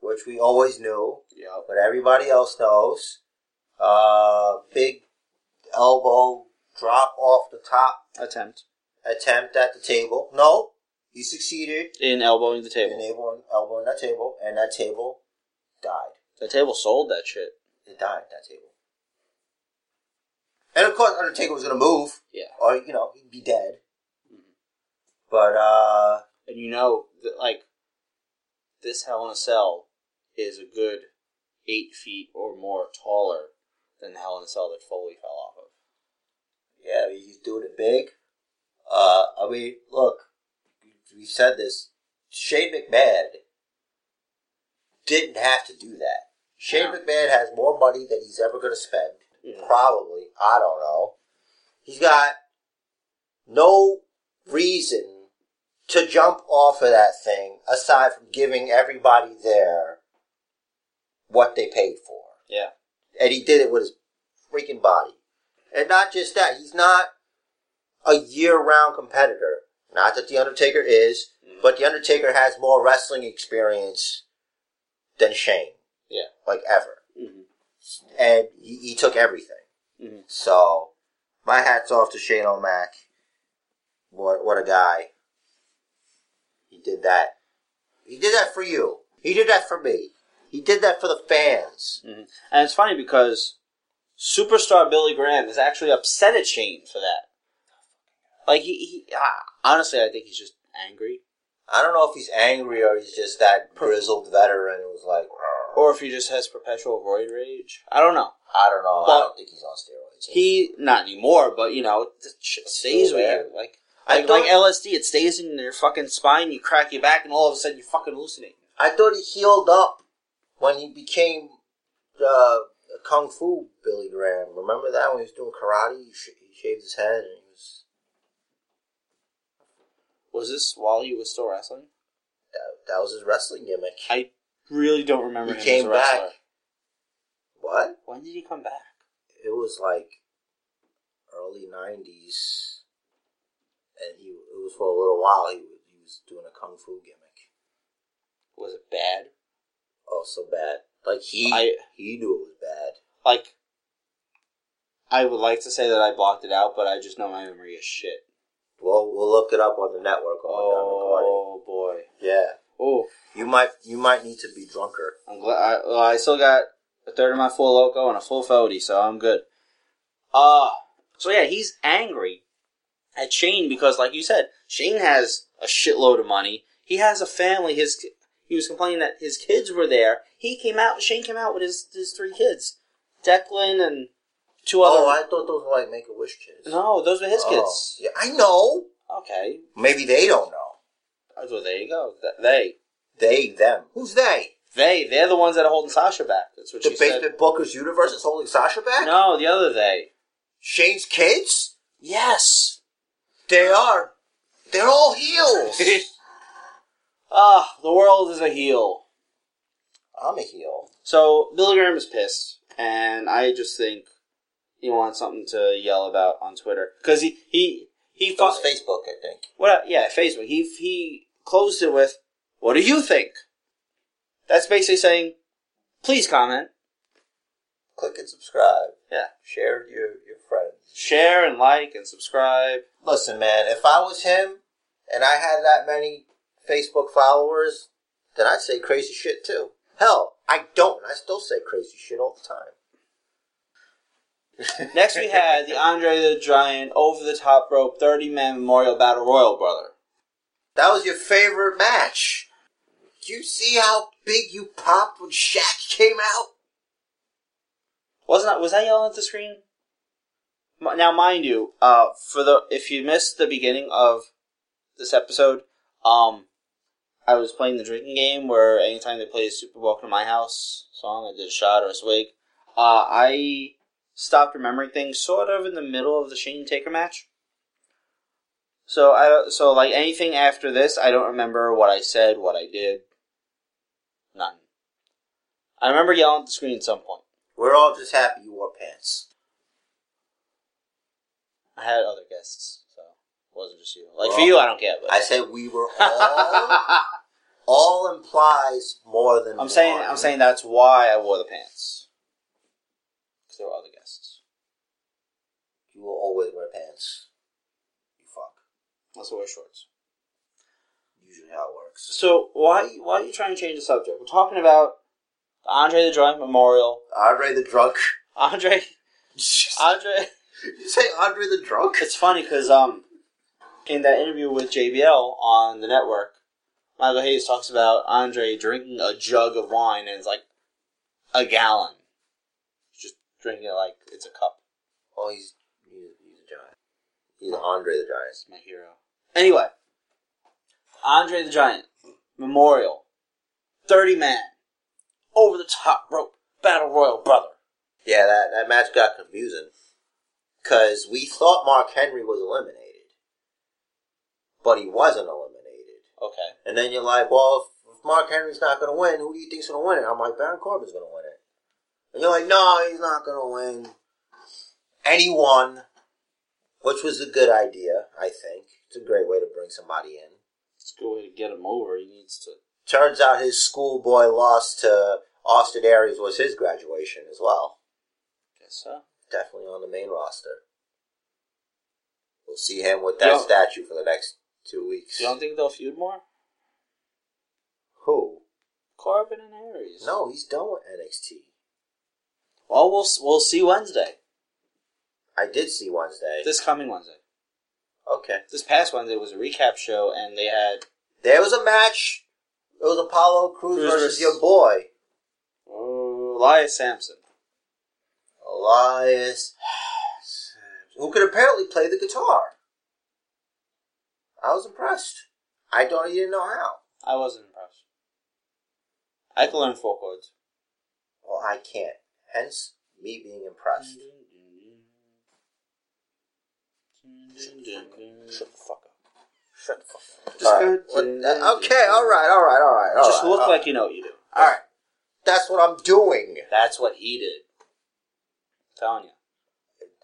A: which we always knew.
B: Yep.
A: but everybody else knows. Uh, big elbow drop off the top
B: Attempt
A: attempt at the table. No, he succeeded
B: in elbowing the
A: in
B: table.
A: elbowing, elbowing that table, and that table died.
B: The table sold that shit.
A: It died, that table. And of course, Undertaker was going to move,
B: Yeah.
A: or, you know, he'd be dead. But, uh,
B: and you know that like this Hell in a Cell is a good eight feet or more taller than the Hell in a Cell that Foley fell off of.
A: Yeah, he's doing it big. Uh, I mean, look, we said this. Shane McMahon didn't have to do that. Shane
B: No.
A: McMahon has more money than he's ever going to spend.
B: Yeah.
A: Probably. I don't know. He's got no reason to jump off of that thing aside from giving everybody there what they paid for
B: Yeah,
A: and he did it with his freaking body. And not just that, he's not a year-round competitor. Not that the Undertaker is, but the Undertaker has more wrestling experience than Shane,
B: yeah.
A: like ever.
B: Mm-hmm.
A: And he, he took everything.
B: Mhm.
A: So my hats off to Shane O'Mac. What what a guy. He did that. He did that for you. He did that for me. He did that for the fans.
B: Mm-hmm. And it's funny because superstar Billy Graham is actually upset at Shane for that. Like he, he ah, honestly, I think he's just angry,
A: I don't know if he's angry or he's just that grizzled veteran who's like, "Arr."
B: or if he just has perpetual roid rage. I don't know.
A: I don't know. I
B: But-
A: don't think he's on steroids.
B: He not anymore, but you know, it shit stays
A: still
B: with
A: there.
B: you. Like
A: I
B: Like,
A: thought,
B: like LSD, it stays in your fucking spine, you crack your back, and all of a sudden you fucking hallucinate.
A: I thought he healed up when he became uh, Kung Fu Billy Graham. Remember that when he was doing karate? He, sh- he shaved his head and he was.
B: Was this while you were still wrestling?
A: That, that was his wrestling gimmick.
B: I really don't remember
A: He
B: him
A: came
B: as a wrestler.
A: back. What?
B: When did he come back?
A: It was like early 90s. And he it was for a little while he, was- he was doing a Kung Fu gimmick.
B: Was it bad?
A: Oh, so bad. Like he
B: I-
A: he knew it was bad.
B: Like, I would like to say that I blocked it out, but I just know my memory is shit.
A: Well, we'll look it up on the network on the recording.
B: Oh, boy.
A: Yeah,
B: Oh,
A: you might you might need to be drunker.
B: I'm glad. I, well, I still got a third of my full loco and a full fody, so I'm good. Uh so yeah, he's angry at Shane because, like you said, Shane has a shitload of money. He has a family. His he was complaining that his kids were there. He came out. Shane came out with his his three kids, Declan and two other.
A: oh, I thought those were like Make a Wish kids.
B: no, those were his
A: Oh,
B: kids.
A: Yeah, I know.
B: Okay,
A: Maybe they don't know.
B: well there you go. Th- They
A: They them. Who's they?
B: they they're the ones that are holding Sasha back. That's what
A: The
B: she
A: Basement
B: said.
A: Booker's universe is holding Sasha back.
B: No, the other they.
A: Shane's kids.
B: Yes.
A: They are. They're all heels.
B: Ah, the world is a heel.
A: I'm a heel.
B: So Billy Graham is pissed, and I just think he wants something to yell about on Twitter because he he he
A: That was
B: fu-
A: Facebook, I think.
B: what? Yeah, Facebook. He he closed it with What do you think? That's basically saying, please comment,
A: Click and subscribe.
B: Yeah.
A: Share with your your friends.
B: share, and like, and subscribe.
A: Listen, man, if I was him and I had that many Facebook followers, then I'd say crazy shit too. Hell, I don't. I still say crazy shit all the time.
B: Next, we had the Andre the Giant over the top rope 30 man memorial battle royal, brother.
A: That was your favorite match. Do you see how big you popped when Shaq came out?
B: Wasn't that, was that yelling at the screen? M- Now, mind you, uh, for the if you missed the beginning of this episode, um, I was playing the drinking game where anytime they play a Super Welcome to My House song, I did a shot or a swig. Uh, I stopped remembering things sort of in the middle of the Shane Taker match. So I so like anything after this, I don't remember what I said, what I did, none. I remember yelling at the screen at some point.
A: We're all just happy you wore pants.
B: I had other guests, so it wasn't just you. Like for you, I don't care. But
A: I said we were all. all implies more than
B: I'm saying
A: one.
B: I'm saying that's why I wore the pants because there were other guests.
A: you will always wear pants. You fuck.
B: Unless I wear shorts.
A: Usually how it works.
B: So why why are you trying to change the subject? We're talking about the Andre the Giant Memorial.
A: Andre the drunk.
B: Andre, Andre.
A: you say Andre the drunk?
B: It's funny because um, in that interview with JBL on the network, Michael Hayes talks about Andre drinking a jug of wine and it's like a gallon. He's just drinking it like it's a cup.
A: Oh, he's he's, he's a giant. He's Andre the giant.
B: It's my hero. Anyway, Andre the Giant Memorial, thirty man, over the top rope battle royal, brother.
A: Yeah, that that match got confusing because we thought Mark Henry was eliminated, but he wasn't eliminated.
B: Okay.
A: And then you're like, well, if, if Mark Henry's not going to win, who do you think's going to win it? I'm like, Baron Corbin's going to win it. And you're like, no, he's not going to win. And he won, which was a good idea, I think. It's a great way to bring somebody in.
B: It's a good way to get him over. He needs to.
A: Turns out his schoolboy loss to Austin Aries was his graduation as well.
B: Guess so.
A: Definitely on the main roster. We'll see him with that
B: Yeah.
A: statue for the next two weeks.
B: You don't think they'll feud more?
A: Who?
B: Corbin and Aries.
A: No, he's done with NXT.
B: Well, we'll we'll see Wednesday.
A: I did see Wednesday.
B: This coming Wednesday.
A: okay.
B: This past Wednesday was a recap show, and they had
A: There was a match. It was Apollo Cruz
B: Crews
A: versus
B: versus-
A: your boy
B: oh, Elias Sampson.
A: Elias, who could apparently play the guitar. I was impressed. I don't even know how.
B: I wasn't impressed. I could learn four chords.
A: Well, I can't. Hence me being impressed.
B: Mm. Just
A: the fuck up. Shut the fuck up. All right. What- uh, okay. All right. All right. All right. All
B: Just
A: right,
B: look
A: all
B: like you know what you do.
A: All right. That's what I'm doing.
B: That's what he did. telling you.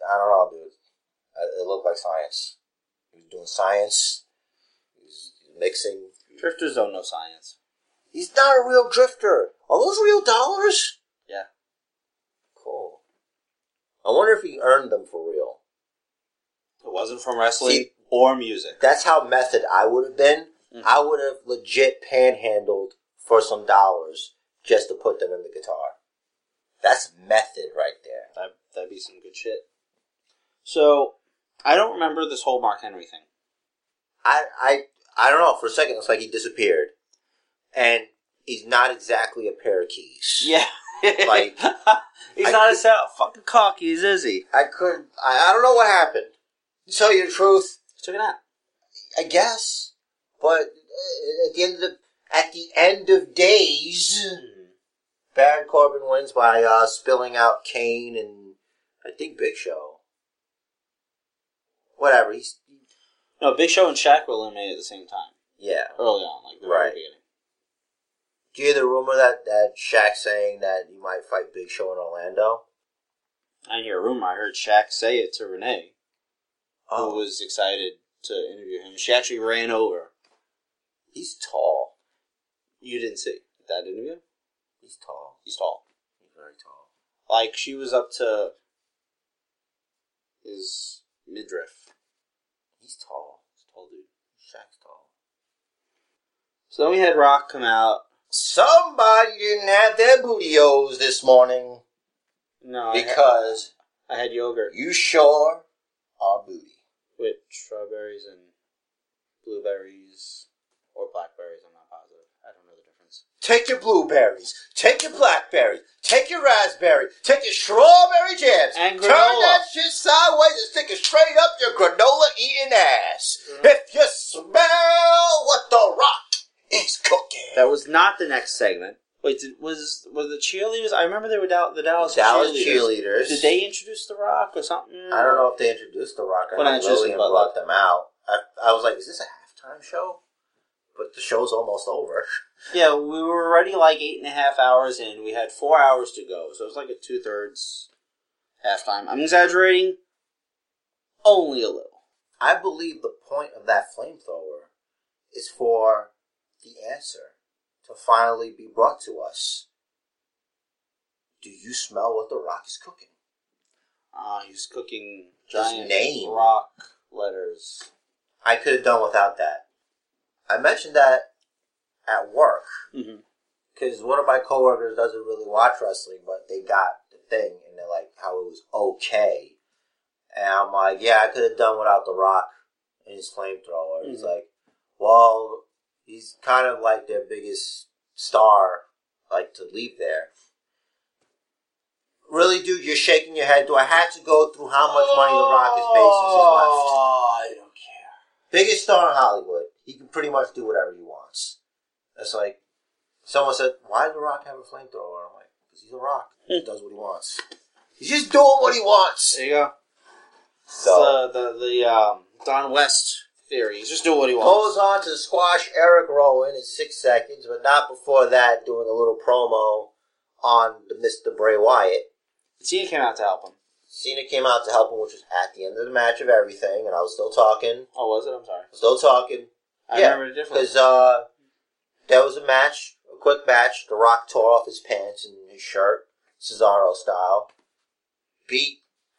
A: I don't know, dude. Uh, It looked like science. He was doing science. He was mixing.
B: Drifters don't know science.
A: He's not a real drifter. Are those real dollars?
B: Yeah.
A: Cool. I wonder if he earned them for real.
B: It wasn't from wrestling
A: See-
B: or music.
A: That's how method I would have been.
B: Mhm.
A: I would have legit panhandled for some dollars just to put them in the guitar. That's method right there.
B: That, that'd be some good shit. So, I don't remember this whole Mark Henry thing.
A: I I I don't know. For a second, it's like he disappeared, and he's not exactly a pair of keys.
B: Yeah.
A: Like-
B: he's
A: I
B: not
A: could-
B: as out fucking cocky as is he?
A: I couldn't. I, I don't know what happened. To tell you the truth,
B: Took it out.
A: I guess. But uh, at the end of the at the end of days,
B: Hmm.
A: Baron Corbin wins by uh, spilling out Kane and I think Big Show. Whatever he's
B: No, Big Show and Shaq were eliminated at the same time.
A: yeah.
B: Early on, like the
A: Right.
B: very beginning.
A: Do you hear the rumor that that Shaq saying that he might fight Big Show in Orlando?
B: I didn't hear a rumor. I heard Shaq say it to Renee, who
A: Oh,
B: was excited to interview him. She actually ran over.
A: he's tall.
B: you didn't see that, didn't you?
A: He's tall.
B: He's tall.
A: He's very tall.
B: Like she was up to his midriff.
A: He's tall.
B: He's a tall dude.
A: Shaq's tall.
B: So then we had Rock come out.
A: Somebody didn't have their bootios this morning
B: No,
A: because
B: I had, I had yogurt
A: you sure are booty.
B: with strawberries and blueberries or blackberries. I'm not positive. I don't know the difference.
A: Take your blueberries. Take your blackberries. Take your raspberry. Take your strawberry jams.
B: And
A: Turn
B: granola.
A: that shit sideways and stick it straight up your granola eating ass.
B: Mhm.
A: If you smell what the rock is cooking.
B: That was not the next segment. Wait, did, was was the cheerleaders? I remember they were Dow- the Dallas,
A: Dallas
B: cheerleaders.
A: cheerleaders.
B: Did they introduce The Rock or something?
A: I don't know if they introduced The Rock. I
B: Well, not
A: know
B: introduced
A: Lillian
B: him, but
A: brought them out. I, I was like, is this a halftime show? But the show's almost over.
B: Yeah, we were already like eight and a half hours in. We had four hours to go, so it was like a two thirds halftime. I'm exaggerating only a little.
A: I believe the point of that flamethrower is for the answer to finally be brought to us. Do you smell what the rock is cooking?
B: Uh, he was cooking
A: His
B: giant
A: name.
B: rock letters.
A: I could have done without that. I mentioned that at work
B: Mm-hmm.
A: because one of my coworkers doesn't really watch wrestling, but they got the thing and they're like, how it was okay. And I'm like, yeah, I could have done without The Rock and his flamethrower. He's
B: Mhm.
A: like, well, he's kind of like their biggest star, like to leave there. Really, dude, you're shaking your head. Do I have to go through how much money The Rock has made since his left?
B: Oh, I don't care.
A: biggest star in Hollywood. He can pretty much do whatever he wants. It's like someone said, "Why does The Rock have a flamethrower?" I'm like, "Cause he's a rock. He does what he wants. He's just doing what he wants."
B: There you go.
A: So
B: the the, the um, Don West theory. He's just doing what he wants.
A: goes on to squash Eric Rowan in six seconds, but not before that, doing a little promo on the Mr. Bray Wyatt.
B: Tia came out to help him.
A: Cena came out to help him, which was at the end of the match of everything, and I was still talking,
B: Oh, was it? I'm sorry.
A: still talking,
B: I
A: Yeah,
B: remember it differently.
A: Because uh, there was a match, a quick match. The Rock tore off his pants and his shirt, Cesaro style. Beat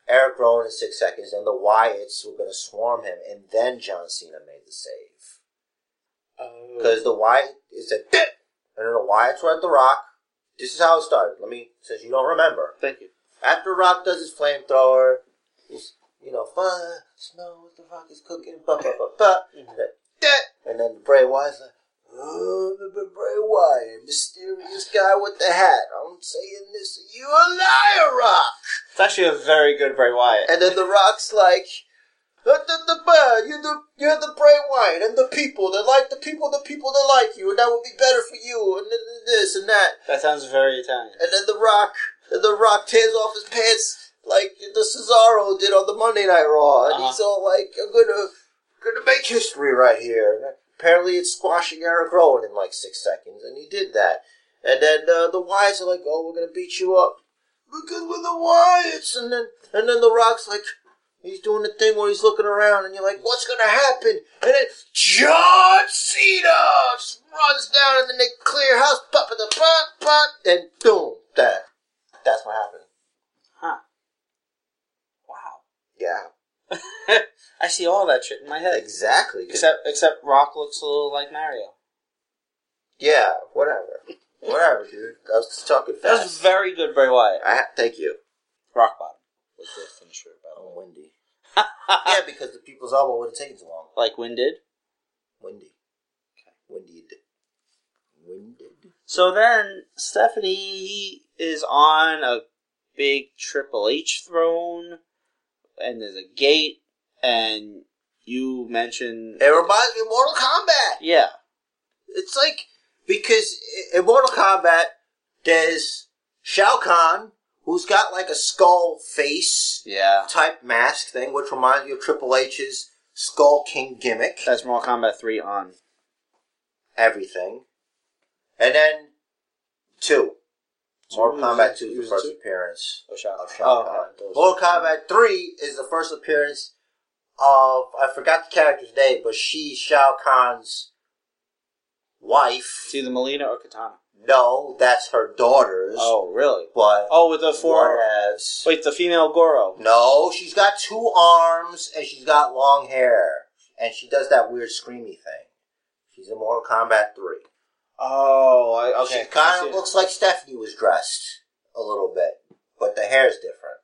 A: Eric Rowan in six seconds, and the Wyatts were going to swarm him, and then John Cena made the save. uh,
B: Oh, Hmm.
A: Because the Wyatt is a bit, and then the Wyatts were at the Rock. This is how it started. Let me, since you don't remember.
B: Thank you.
A: After Rock does his flamethrower, he's, you know, fun, snow, what the rock is cooking, ba ba ba ba.
B: Mm-hmm.
A: that- that. And then Bray Wyatt's like, oh, the- the Bray Wyatt, mysterious guy with the hat. I'm saying this, you a liar, Rock.
B: It's actually a very good Bray Wyatt.
A: And then the Rock's like, "Da, da, da, ba, you're the you're the Bray Wyatt, and the people that like the people, the people that like you, and that would be better for you, and th- th- this and that.
B: That sounds very Italian.
A: And then The Rock, and The Rock tears off his pants like the Cesaro did on the Monday Night Raw, and he's all like, "I'm gonna, gonna make history right here." And apparently, it's squashing Eric Rowan in like six seconds, and he did that. And then uh, the Wyatts are like, "Oh, we're gonna beat you up because we're the Wyatts." And then, and then The Rock's like. He's doing the thing where he's looking around, and you're like, "What's gonna happen?" And then John Cena just runs down, and then they clear house, pop the pop pop, and boom, that. That's what happened.
B: Huh. Wow.
A: Yeah,
B: I see all that shit in my head.
A: exactly. 'Cause-
B: Except except Rock looks a little like Mario.
A: yeah, whatever, whatever, dude. I was just talking
B: That was
A: fast.
B: very good Bray Wyatt.
A: I ha- thank you.
B: Rock bottom was the finisher, by the
A: I'm
B: way.
A: windy. yeah, because the people's elbow would have taken too long.
B: Like when did?
A: Windy. Winded. Winded.
B: So then Stephanie is on a big Triple H throne, and there's a gate, and you mentioned
A: It reminds me of Mortal Kombat.
B: yeah,
A: It's like because i- in Mortal Kombat, there's Shao Kahn, who's got like a skull face
B: yeah.
A: type mask thing, which reminds you of Triple H's Skull King gimmick.
B: That's Mortal Kombat three on.
A: Everything, and then two. Mortal
B: Two is-
A: Kombat two
B: two
A: is
B: is
A: the first
B: two?
A: appearance
B: Oh, Shao
A: of Shao Kahn. Mortal Kombat three is the first appearance of I forgot the character's name, but she's Shao Kahn's wife.
B: It's either Melina or Katana.
A: No, that's her daughter's.
B: Oh, really?
A: But
B: Oh, with the four.
A: whatevs.
B: Wait, the female Goro.
A: No, she's got two arms and she's got long hair. And she does that weird screamy thing. She's in Mortal Kombat 3.
B: Oh, I, okay.
A: She kind
B: I
A: of
B: see.
A: looks like Stephanie was dressed a little bit, but the hair's different.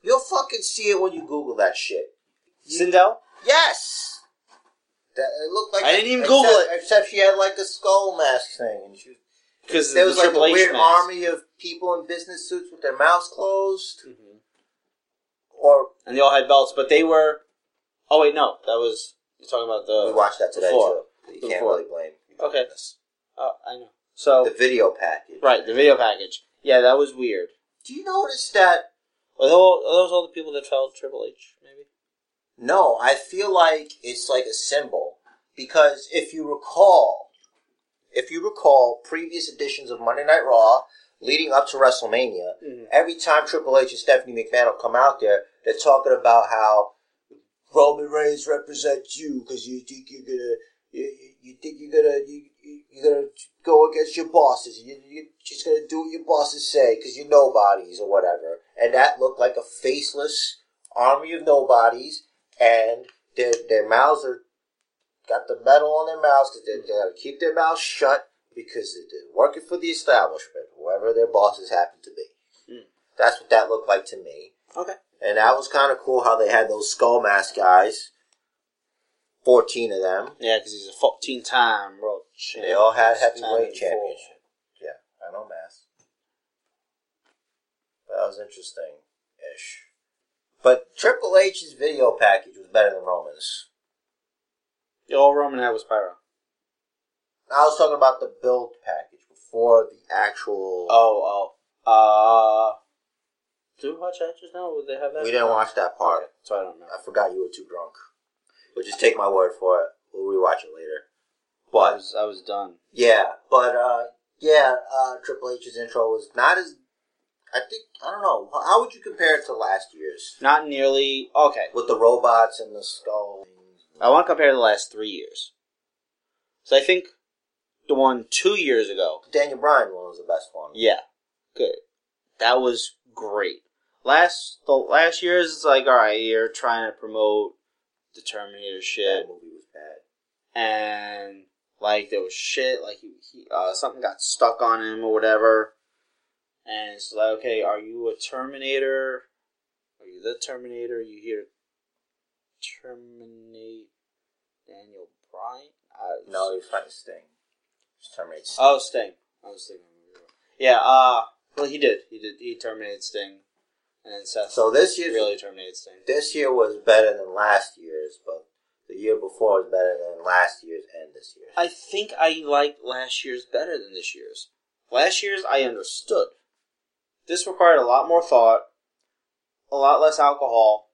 A: You'll fucking see it when you Google that shit.
B: Sindel.
A: Yes! That, it looked like
B: I didn't even Google
A: except- Except she had like a skull mask thing. And she,
B: Because
A: there was like a weird army of people in business suits with their mouths closed.
B: hmm
A: Or
B: And they all had belts, but they were. Oh wait, no, that was you're talking about the.
A: we watched that today
B: Uh, before.
A: too. You
B: The
A: can't
B: before.
A: really blame.
B: Okay. Oh, I know. So
A: The video package.
B: right, the video package. Yeah, that was weird.
A: Do you notice that?
B: Are those, are those all the people that fell Triple H? Maybe.
A: No, I feel like it's like a symbol because if you recall, if you recall previous editions of Monday Night Raw leading up to WrestleMania,
B: Mhm.
A: every time Triple H and Stephanie McMahon will come out there, they're talking about how Roman Reigns represents you because you think you're gonna, you, you- you think you're gonna, you, you- you're gonna go against your bosses. You, you're just gonna do what your bosses say because you're nobodies or whatever. And that looked like a faceless army of nobodies, and their their mouths are got the metal on their mouths because they, they gotta keep their mouths shut because they're working for the establishment, whoever their bosses happen to be.
B: Mm.
A: That's what that looked like to me.
B: Okay.
A: And that was kind of cool how they had those skull mask guys, 14 of them.
B: Yeah, because he's a 14 time world champ.
A: They all had
B: 14 time
A: heavyweight
B: and
A: championship. Yeah, I know math. That was interesting ish. But Triple H's video package was better than Roman's.
B: full. All Roman had was Pyro.
A: I was talking about the build package before the actual.
B: Oh, oh. Uh. Do we watch that just now? Would they have that?
A: we didn't watch that part.
B: Okay, so I don't know.
A: I forgot you were too drunk. But just take my word for it. We'll rewatch it later. But
B: I was, I was done.
A: Yeah, but uh, yeah, uh, Triple H's intro was not as. I think I don't know. How- How would you compare it to last year's
B: Not nearly. Okay.
A: with the robots and the skull?
B: I want to compare the last three years. So I think the one two years ago.
A: Daniel Bryan one was the best one.
B: Yeah. Good. That was great. Last the last year's is like all right, you're trying to promote the Terminator shit,
A: that movie was bad.
B: and like there was shit like he, he uh, something got stuck on him or whatever, and it's like okay, are you a Terminator? Are you the Terminator? Are you here to terminate Daniel Bryan? I,
A: No, he was fighting Sting. He terminated Sting.
B: Oh, Sting. I was thinking. Yeah. Uh. Well, he did. He did. He terminated Sting, and then Seth
A: so this year's
B: Uh, really terminated Sting.
A: this year was better than last year's, but the year before was better than last year's and this year's.
B: I think I liked last year's better than this year's. Last year's I understood. This required a lot more thought, a lot less alcohol,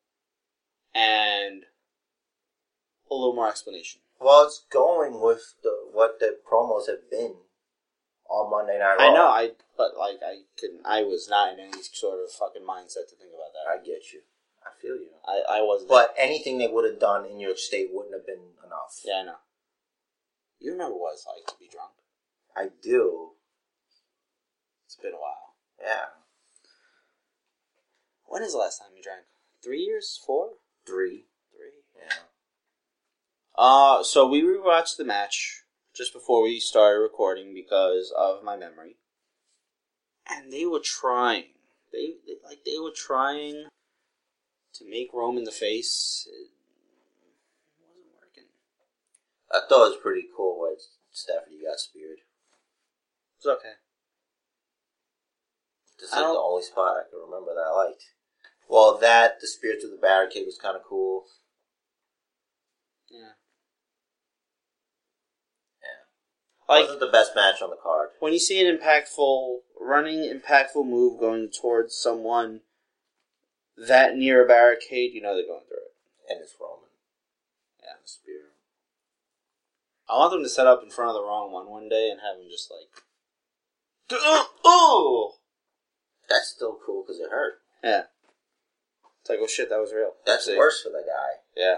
B: and a little more explanation.
A: Well, it's going with the, what the promos have been on Monday Night Raw.
B: I know. I but like I couldn't. I was not in any sort of fucking mindset to think about that.
A: I get you. I feel you.
B: I I was.
A: But anything they would have done in New York State wouldn't have been enough.
B: Yeah, I know. You remember what it's like to be drunk.
A: I do.
B: It's been a while.
A: Yeah.
B: When is the last time you drank? Three years? Four?
A: Three.
B: Three.
A: Yeah.
B: Uh, so we rewatched the match just before we started recording because of my memory. And they were trying. They, they like they were trying to make Roman the face. It wasn't working.
A: I thought it was pretty cool when Stephanie got speared.
B: It's okay.
A: This is
B: I
A: like the
B: don't-
A: only spot I can remember that I liked. Well, that, the spear through the barricade was kind of cool.
B: Yeah.
A: Yeah.
B: Like
A: Wasn't the best match on the card.
B: when you see an impactful running impactful move going towards someone that near a barricade, you know they're going through it.
A: And it's Roman.
B: Yeah.
A: The spear.
B: I want them to set up in front of the wrong one one day and have them just like, oh,
A: That's still cool because it hurt.
B: yeah. It's like, oh shit, that was real.
A: That's
B: See?
A: worse for the guy.
B: Yeah.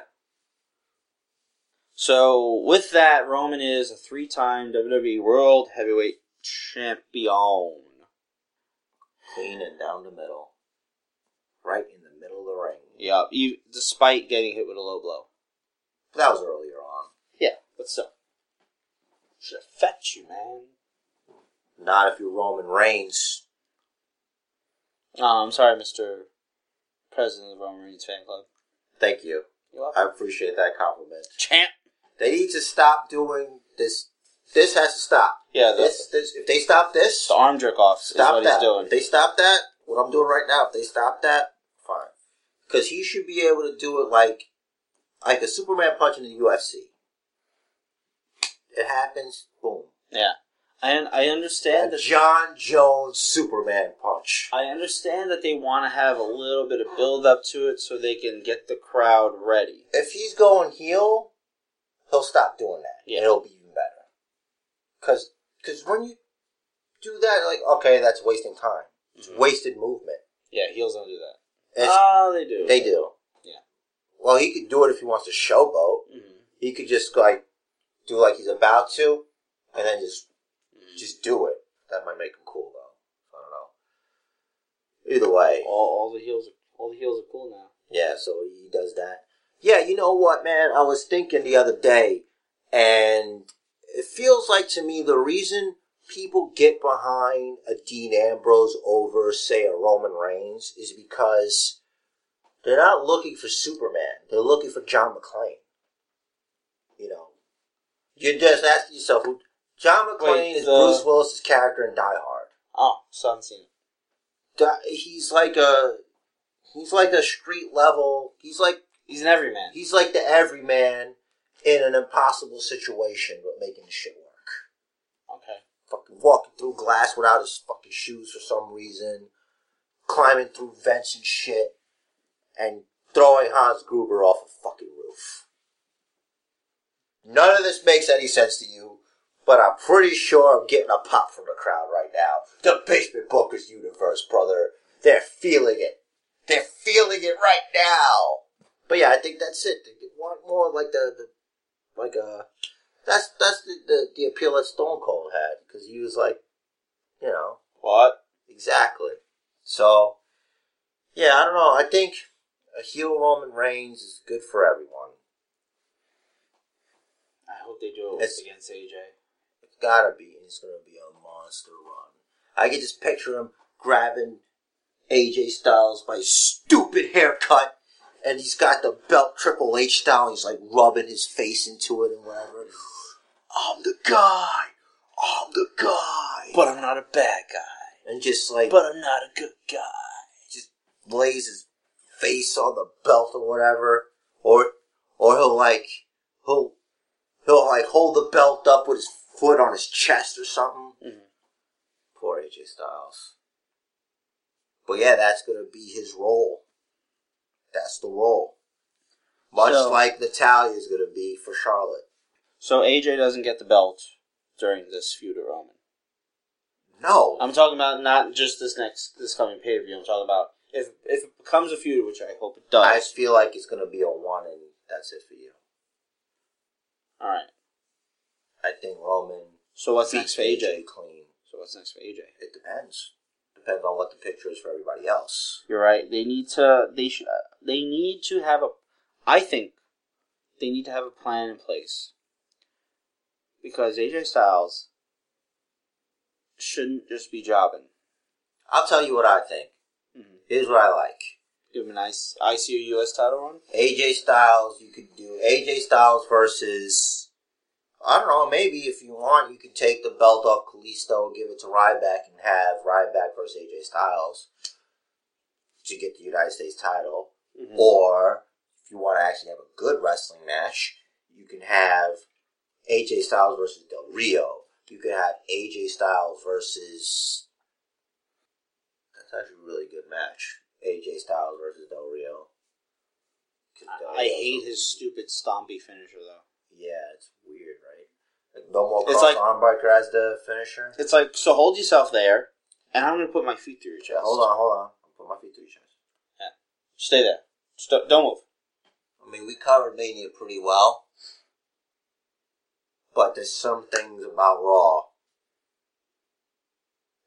B: So with that, Roman is a three-time WWE World Heavyweight Champion.
A: Clean and down the middle. Right in the middle of the ring.
B: Yeah, e despite getting hit with a low blow.
A: But that was earlier on.
B: Yeah, but still, should affect you, man.
A: Not if you're Roman Reigns.
B: Oh, I'm sorry, Mister President of the Roman Reigns Fan Club.
A: Thank you.
B: You're welcome.
A: I appreciate that compliment.
B: Champ.
A: They need to stop doing this. This has to stop.
B: Yeah, the,
A: This, this, if they stop this,
B: the arm jerk off is
A: stop
B: what
A: that.
B: he's doing.
A: If they stop that, what I'm doing right now, if they stop that, fine. Because he should be able to do it like, like a Superman punch in the UFC. It happens, boom.
B: yeah, and I understand
A: And
B: that.
A: John Jones Superman punch.
B: I understand that they want to have a little bit of build up to it so they can get the crowd ready.
A: If he's going heel, he'll stop doing that.
B: Yeah.
A: And it'll be even better. Cause, 'cause when you do that, like, okay, that's wasting time. It's wasted movement.
B: Yeah, heels don't do that.
A: It's-
B: Mm-hmm. oh, they do.
A: They do.
B: Yeah.
A: Well, he could do it if he wants to showboat.
B: Mhm.
A: He could just like do like he's about to, and then just
B: Mm-hmm.
A: just do it. That might make him cool though. I don't know. Either way,
B: All, all the heels, are, all the heels are cool now.
A: yeah. So he does that. Yeah, you know what, man? I was thinking the other day, and it feels like to me the reason people get behind a Dean Ambrose over, say, a Roman Reigns is because they're not looking for Superman. They're looking for John McClane. You know, you're just asking yourself, who- John McClane
B: Wait,
A: is
B: the-
A: Bruce Willis's character in Die Hard.
B: Oh, so I haven't seen it.
A: Di- He's like a, he's like a street level. He's like
B: He's an everyman.
A: He's like the everyman in an impossible situation, but making the shit work.
B: Okay.
A: Fucking walking through glass without his fucking shoes for some reason, climbing through vents and shit, and throwing Hans Gruber off a fucking roof. None of this makes any sense to you, but I'm pretty sure I'm getting a pop from the crowd right now. The Basement Bookers universe, brother. They're feeling it. They're feeling it right now. But yeah, I think that's it. They want more like the, the like uh that's that's the, the the appeal that Stone Cold had because he was like, you know,
B: What?
A: exactly. So yeah, I don't know. I think a heel Roman Reigns is good for everyone.
B: I hope they do it
A: It's-
B: against AJ.
A: It's gotta be, and it's gonna be a monster run. I can just picture him grabbing AJ Styles by his stupid haircut, and he's got the belt Triple H style. And he's like rubbing his face into it and whatever. I'm the guy. I'm the guy.
B: But I'm not a bad guy.
A: And just like
B: I'm not a good guy.
A: lays his face on the belt or whatever, or or he'll like he'll he'll like hold the belt up with his foot on his chest or something.
B: Mhm.
A: Poor AJ Styles. But yeah, that's gonna be his role. That's the role. Much
B: So-
A: like Natalia is gonna be for Charlotte.
B: So AJ doesn't get the belt during this feud with Roman.
A: No,
B: I'm talking about not just this next this coming pay per view. I'm talking about if if it becomes a feud, which I hope it
A: I
B: does.
A: just feel like it's gonna be a one, and that's it for you.
B: All right.
A: I think Roman
B: So what's next for
A: beats
B: AJ?
A: clean.
B: So what's next for AJ?
A: It depends. Depends on what the picture is for everybody else.
B: You're right. They need to. They should. They need to have a. I think they need to have a plan in place because AJ Styles shouldn't just be jobbing.
A: I'll tell you what I think.
B: Mhm.
A: Here's what I like.
B: Give him an IC, ICU US title run.
A: AJ Styles, you could do AJ Styles versus I don't know, maybe if you want you could take the belt off Kalisto and give it to Ryback and have Ryback versus AJ Styles to get the United States title.
B: Mm-hmm.
A: Or if you want to actually have a good wrestling match, you can have AJ Styles versus Del Rio. You could have AJ Styles versus. That's actually a really good match. AJ Styles versus Del Rio. 'Cause Del
B: I, I
A: Rio's
B: hate
A: a-
B: his stupid stompy finisher though.
A: Yeah, it's weird, right? Like no more
B: It's
A: cross
B: like-
A: armbar as the finisher.
B: It's like so hold yourself there, and I'm gonna put my feet through your chest.
A: Yeah, hold on, hold on. I'll put my feet through your chest.
B: stay there. Just don't- don't move.
A: I mean, we covered Mania pretty well. But there's some things about Raw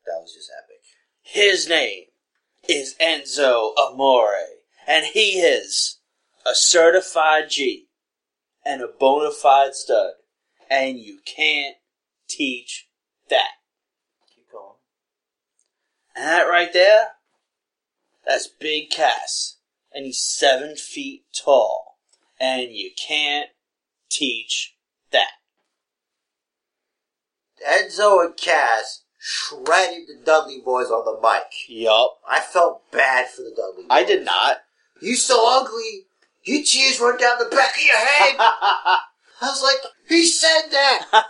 A: that was just epic.
B: His name is Enzo Amore, and he is a certified G and a bona fide stud, and you can't teach that.
A: Keep going.
B: And that right there, that's Big Cass, and he's seven feet tall, and you can't teach that.
A: Enzo and Cass shredded the Dudley boys on the mic.
B: Yup.
A: I felt bad for the Dudley boys.
B: I did not.
A: You so ugly. Your tears run down the back of your head. I was like, he said that.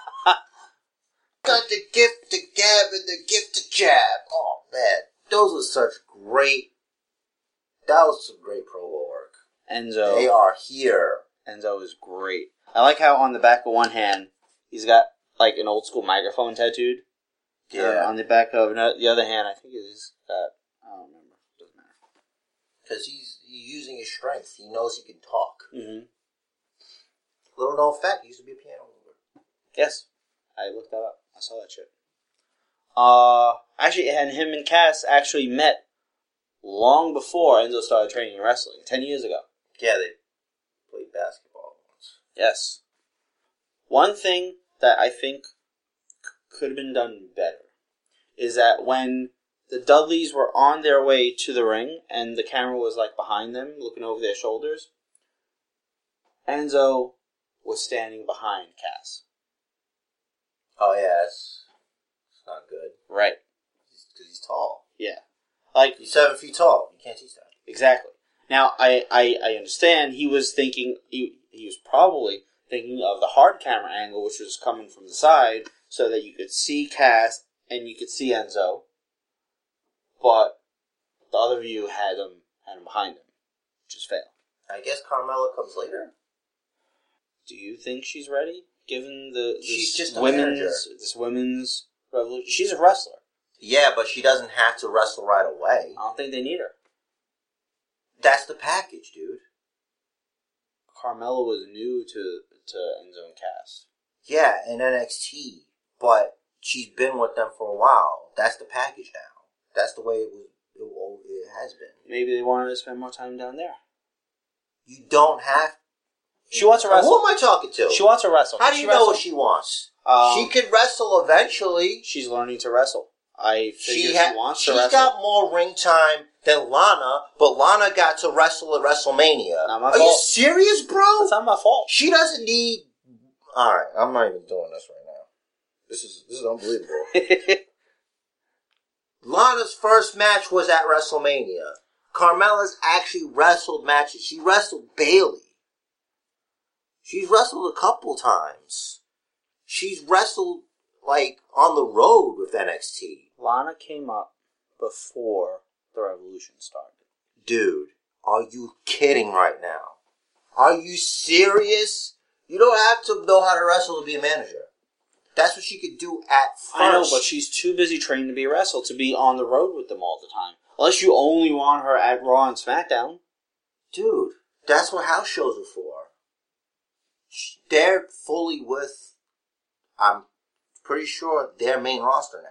A: Got the gift to gab and the gift to jab. Oh man, those were such great. That was some great promo work.
B: Enzo.
A: They are here.
B: Enzo is great. I like how on the back of one hand he's got like an old school microphone tattooed. And on the back of ano- the other hand, I think he's got. I don't remember. Doesn't matter.
A: because he's, he's using his strength. He knows he can talk.
B: Mm-hmm.
A: Little known fact, he used to be a piano mover.
B: Yes, I looked that up. I saw that shit. Uh, actually, and him and Cass actually met long before Enzo started training in wrestling, ten years ago.
A: Yeah, they played basketball once.
B: Yes. One thing that I think c- could have been done better is that when the Dudleys were on their way to the ring and the camera was like behind them, looking over their shoulders, Enzo was standing behind Cass.
A: Oh yeah, that's it's not good
B: Right.
A: because he's tall.
B: Yeah. Like
A: He's seven feet tall. You can't teach that.
B: Exactly. Now, I, I, I understand he was thinking, he, he was probably thinking of the hard camera angle, which was coming from the side, so that you could see Cass and you could see Enzo. But the other view had him, had him behind him, which is fail.
A: I guess Carmella comes later.
B: Do you think she's ready, given the this
A: She's just a
B: women's
A: manager.
B: this women's revolution? She's a wrestler.
A: Yeah, but she doesn't have to wrestle right away.
B: I don't think they need her.
A: That's the package, dude.
B: Carmella was new to to Enzo and Cass.
A: Yeah, in NXT, but she's been with them for a while. That's the package now. That's the way it was. It, al- it has been.
B: Maybe they wanted to spend more time down there.
A: You don't have.
B: She wants to
A: Now,
B: wrestle.
A: Who am I talking to?
B: She wants to wrestle.
A: How
B: Can
A: do you
B: she
A: know
B: wrestle?
A: what she wants?
B: Um,
A: she could wrestle eventually.
B: She's learning to wrestle. I figure she,
A: She, ha-
B: wants to
A: she's
B: wrestle.
A: got more ring time than Lana, but Lana got to wrestle at WrestleMania.
B: Not my
A: Are you
B: fault.
A: serious, bro?
B: It's not my fault.
A: She doesn't need. All right, I'm not even doing this right now. This is this is unbelievable. Lana's first match was at WrestleMania. Carmella's actually wrestled matches. She wrestled Bailey. She's wrestled a couple times. She's wrestled like on the road with NXT.
B: Lana came up before the revolution started.
A: Dude, are you kidding right now? Are you serious? You don't have to know how to wrestle to be a manager. That's what she could do at first.
B: I know, but she's too busy training to be a wrestler to be on the road with them all the time. Unless you only want her at Raw and SmackDown.
A: dude, that's what house shows are for. Sh- They're fully with, I'm pretty sure, their main roster now.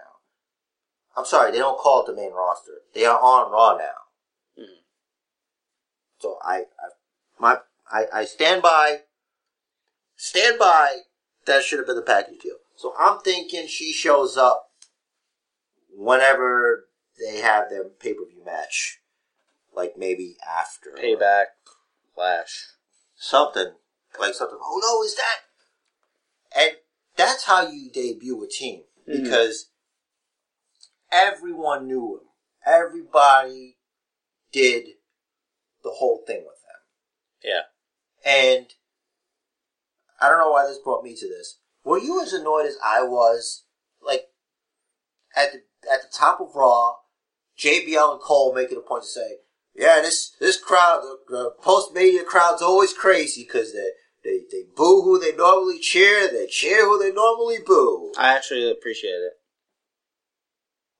A: I'm sorry, they don't call it the main roster. They are on Raw now.
B: Mhm.
A: So I, I, my, I, I stand by, stand by. That should have been the package deal. So I'm thinking she shows up whenever they have their pay per view match, like maybe after
B: Payback, Flash.
A: something like something. Oh no, is that? And that's how you debut a team
B: Mhm.
A: because everyone knew him. Everybody did the whole thing with him.
B: Yeah.
A: And I don't know why this brought me to this. Were you as annoyed as I was? Like at the at the top of Raw, JBL and Cole making a point to say, "Yeah, this this crowd, the, the post media crowd's always crazy because they they they boo who they normally cheer, they cheer who they normally boo."
B: I actually appreciate it.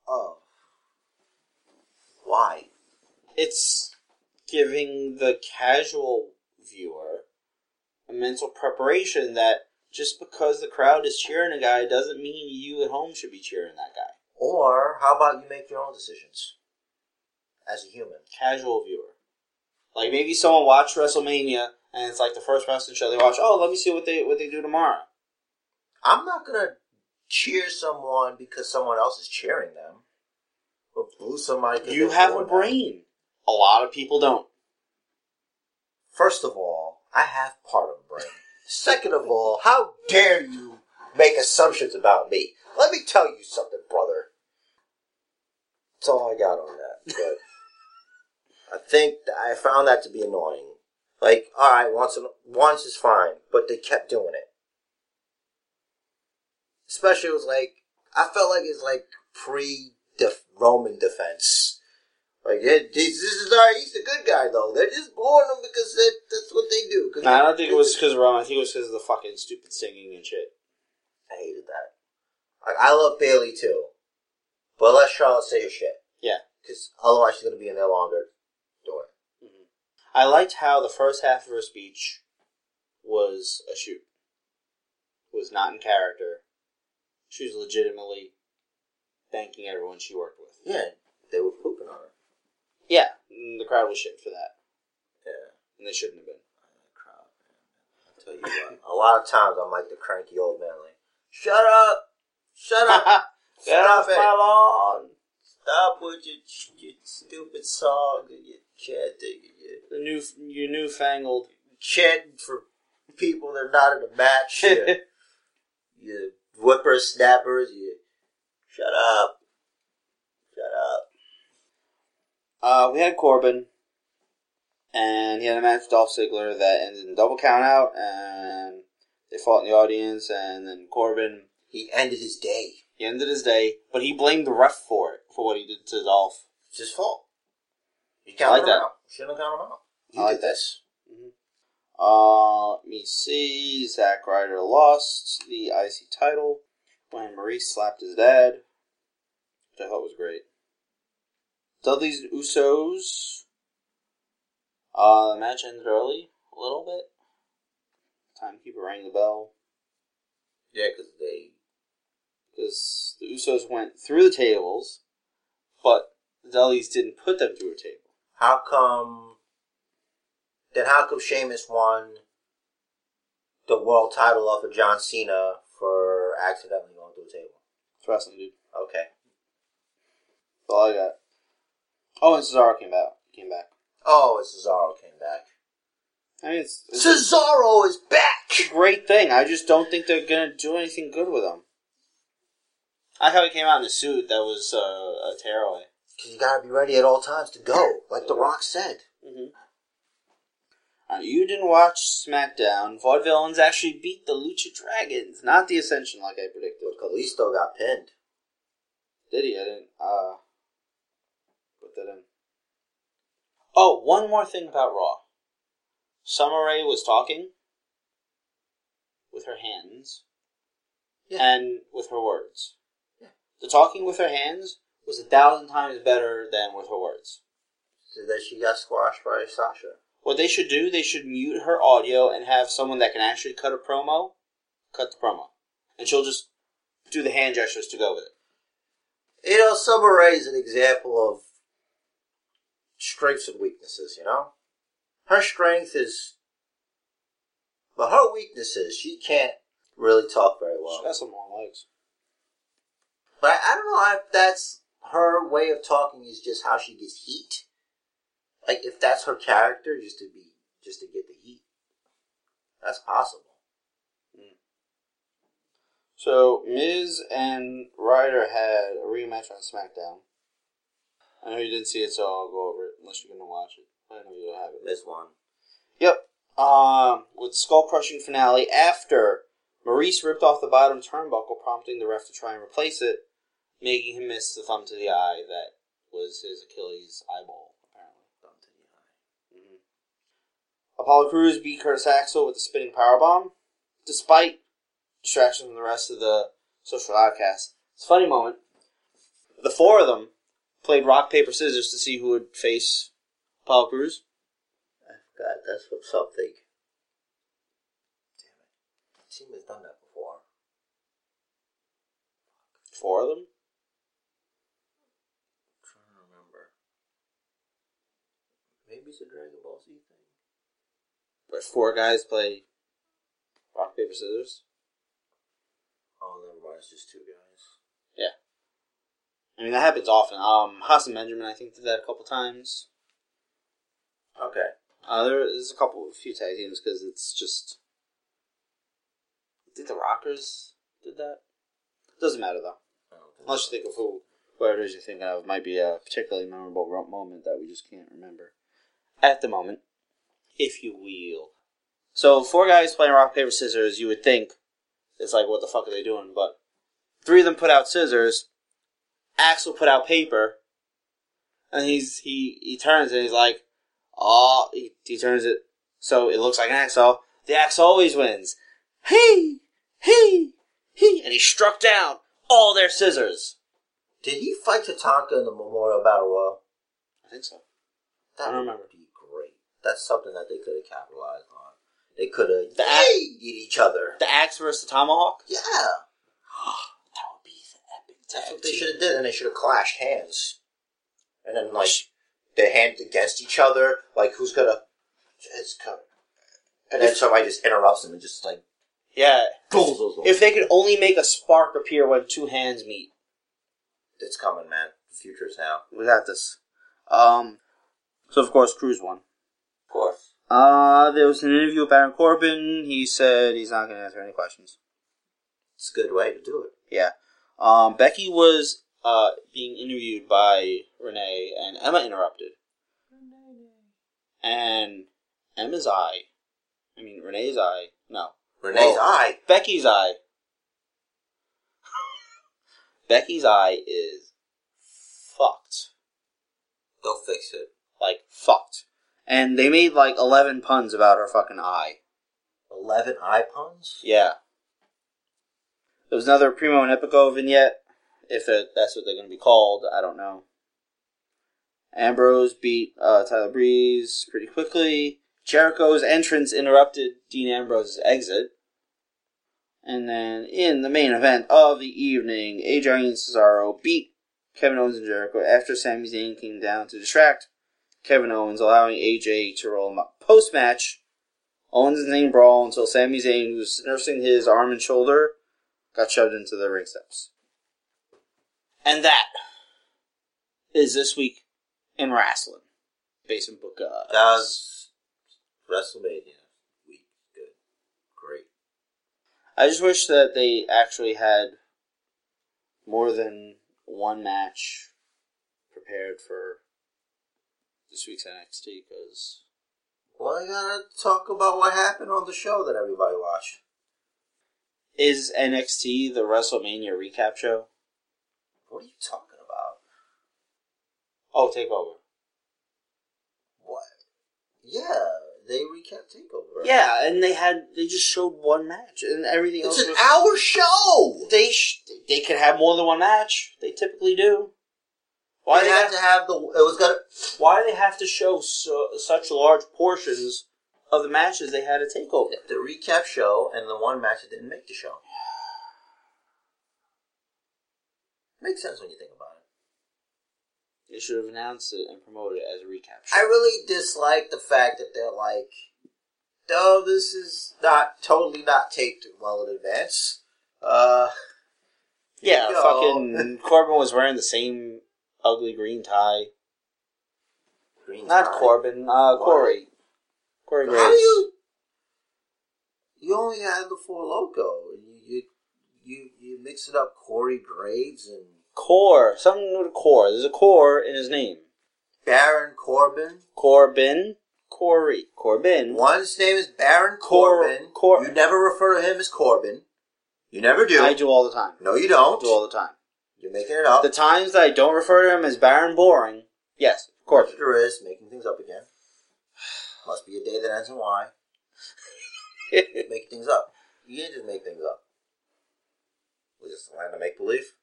A: Oh, why?
B: it's giving the casual viewer a mental preparation that just because the crowd is cheering a guy doesn't mean you at home should be cheering that guy.
A: Or how about you make your own decisions as a human?
B: Casual viewer. Like maybe someone watched WrestleMania and it's like the first wrestling show they watch. Oh, let me see what they what they do tomorrow.
A: I'm not gonna cheer someone because someone else is cheering them, or boo somebody. 'cause
B: You
A: they're
B: have a
A: booing them.
B: brain. A lot of people don't.
A: First of all, I have part of a brain. Second of all, how dare you make assumptions about me? Let me tell you something, brother. That's all I got on that. But I think th- I found that to be annoying. Like, all right, once in- once is fine, but they kept doing it. Especially it was like I felt like it's like pre Roman defense. Like it, this, this is our he's the good guy though. They're just blowing him because that, that's what they do. 'Cause
B: No, I don't think it was because of Roman. I think it was because of the fucking stupid singing and shit.
A: I hated that. Like I love Bailey too, but let Charlotte say her shit
B: Yeah.
A: because otherwise she's gonna be in there longer doing it.
B: Mm-hmm. I liked how the first half of her speech was a shoot. Was not in character. She was legitimately thanking everyone she worked with.
A: Yeah, they were pooping on her.
B: Yeah, and the crowd was shit for that,
A: Yeah,
B: and they shouldn't have been.
A: crowd. I tell you what, a lot of times I'm like the cranky old man, like shut up, shut up,
B: Get off
A: Stop it.
B: my lawn.
A: stop with your, your stupid song and your chanting and your
B: The new, your newfangled.
A: chanting for people that are not in the match. You, you whippersnappers, you shut up. Shut up.
B: uh, we had Corbin, and he had a match with Dolph Ziggler that ended in double count out, and they fought in the audience, and then Corbin
A: He ended his day.
B: He ended his day, but he blamed the ref for it, for what he did to Dolph.
A: It's his fault. You
B: I
A: counted
B: like
A: him
B: that.
A: out. Shouldn't have counted him out. You
B: I like
A: did this.
B: Uh, let me see. Zack Ryder lost the IC title when Maurice slapped his dad, which I thought was great. Dudley's and Usos. Uh, the match ended early, a little bit. Timekeeper rang the bell
A: Yeah, because they.
B: because the Usos went through the tables, but the Dudleys didn't put them through a table.
A: How come? Then how come Sheamus won the world title off of John Cena for accidentally going through the table?
B: It's wrestling, dude.
A: Okay.
B: That's all I got. Oh, and Cesaro came back. Came back.
A: Oh, and Cesaro came back.
B: I mean, it's, it's
A: Cesaro is
B: a
A: back.
B: great thing. I just don't think they're gonna do anything good with him. I thought he came out in a suit that was uh, a tearaway.
A: Because you gotta be ready at all times to go, like The Rock said.
B: Mm-hmm. Uh, you didn't watch SmackDown. Vaudevillains actually beat the Lucha Dragons, not the Ascension, like I predicted.
A: But Kalisto got pinned.
B: Did he? I didn't. Uh, put that in. Oh, one more thing about Raw. Summer Rae was talking with her hands
A: Yeah.
B: and with her words.
A: Yeah.
B: The talking with her hands was a thousand times better than with her words.
A: So then she got squashed by Sasha.
B: What they should do, they should mute her audio and have someone that can actually cut a promo, cut the promo, and she'll just do the hand gestures to go with it.
A: You know, Summer Rae is an example of strengths and weaknesses, you know? Her strength is. But her weakness is she can't really talk very well.
B: She's got some long legs.
A: But I, I don't know if that's her way of talking is just how she gets heat. Like if that's her character, just to be, just to get the heat. That's possible.
B: So Miz and Ryder had a rematch on SmackDown. I know you didn't see it, so I'll go over it unless you're gonna watch it. I know you don't have it.
A: This one.
B: Yep. Um, with skull crushing finale after Maurice ripped off the bottom turnbuckle, prompting the ref to try and replace it, making him miss the thumb to the eye that was his Achilles eyeball. Apparently, hmm Apollo Crews beat Curtis Axel with the spinning powerbomb, despite distractions from the rest of the social outcasts. It's a funny moment. The four of them played rock, paper, scissors to see who would face Apollo Crews.
A: I forgot. That's what something. Seaman's done that before.
B: Four of them?
A: I'm trying to remember. Maybe it's a Dragon Ball Z thing.
B: But four guys play rock, paper, scissors?
A: Oh, never mind. It's just two guys.
B: I mean, that happens often. Um, Hassan Benjamin, I think, did that a couple times.
A: Okay.
B: Uh, there is a couple, a few tag teams because it's just. I think the Rockers did that. Doesn't matter though. Unless you think of who, whoever it is you're thinking of, might be a particularly memorable ro- moment that we just can't remember at the moment, if you will. So four guys playing rock paper scissors. You would think it's like, what the fuck are they doing? But three of them put out scissors. Axel put out paper, and he's he he turns and he's like, oh, he, he turns it so it looks like an axe. So the axe always wins. Hey, hey, hey, and he struck down all their scissors.
A: Did he fight Tatanka in the Memorial Battle Royal?
B: I think so. I
A: That
B: don't
A: would
B: remember.
A: be great. That's something that they could have capitalized on. They could have
B: The act-
A: eat each other.
B: The axe versus the tomahawk.
A: Yeah,
B: That would be the epic
A: that's what they should have did, and they should have clashed hands, and then like they hand against each other, like who's gonna? It's covered. And then somebody just interrupts them and just like
B: Yeah.
A: goes
B: If they could only make a spark appear when two hands meet.
A: it's coming, man. The future's now.
B: We got this. Um. So of course, Cruz won.
A: Of course.
B: Uh, there was an interview with Baron Corbin. He said he's not going to answer any questions.
A: It's a good way to do it.
B: Yeah. Um, Becky was uh, being interviewed by Renee, and Emma interrupted. And Emma's eye, I mean Renee's eye, no,
A: Renee's
B: Whoa.
A: eye.
B: Becky's eye. Becky's eye is fucked.
A: They'll fix it.
B: Like, fucked. And they made like 11 puns about her fucking eye.
A: Eleven eye puns.
B: Yeah. There was another Primo and Epico vignette, if that- that's what they're going to be called. I don't know. Ambrose beat uh, Tyler Breeze pretty quickly. Jericho's entrance interrupted Dean Ambrose's exit. And then in the main event of the evening, AJ and Cesaro beat Kevin Owens and Jericho after Sami Zayn came down to distract Kevin Owens, allowing AJ to roll him up. Post match, Owens and Zayn brawl until Sami Zayn, who was nursing his arm and shoulder, got shoved into the ring steps. And that is this week in wrestling. Based in book, uh,
A: That was WrestleMania week. Good. Great.
B: I just wish that they actually had more than one match prepared for this week's NXT because
A: Well, I gotta talk about what happened on the show that everybody watched.
B: is NXT the WrestleMania recap show?
A: What are you talking about?
B: Oh, Takeover.
A: What? Yeah, they recap Takeover.
B: Yeah, and they had they just showed one match and everything
A: It's
B: else.
A: an
B: was-
A: hour show!
B: They sh- they could have more than one match. They typically do. Why
A: they
B: they
A: had
B: have
A: to have the. It was gonna.
B: Why do they have to show so, such large portions of the matches they had a Takeover?
A: The recap show and the one match that didn't make the show. Makes sense when you think about it.
B: They should have announced it and promoted it as a recap.
A: I really dislike the fact that they're like, oh, this is not totally not taped well in advance. Uh,
B: yeah,
A: Yo.
B: fucking Corbin was wearing the same ugly green tie.
A: green
B: Not
A: tie.
B: Corbin, uh,
A: What?
B: Corey. Corey Graves.
A: How do you? You only had the four loco. You you you, you mix it up, Corey Graves and
B: Core. Something with a core. There's a core in his name.
A: Baron Corbin.
B: Corbin. Corey. Corbin.
A: One's name is Baron
B: Cor-
A: Corbin.
B: Cor-
A: you never refer to him as Corbin. You never do.
B: I do all the time.
A: No, you
B: I
A: don't.
B: do all the time.
A: You're making it up.
B: The times that I don't refer to him as Baron Boring, yes, Corbin.
A: There is making things up again. Must be a day that ends in Y. make things up. You can't just make things up. Was this the land of make believe?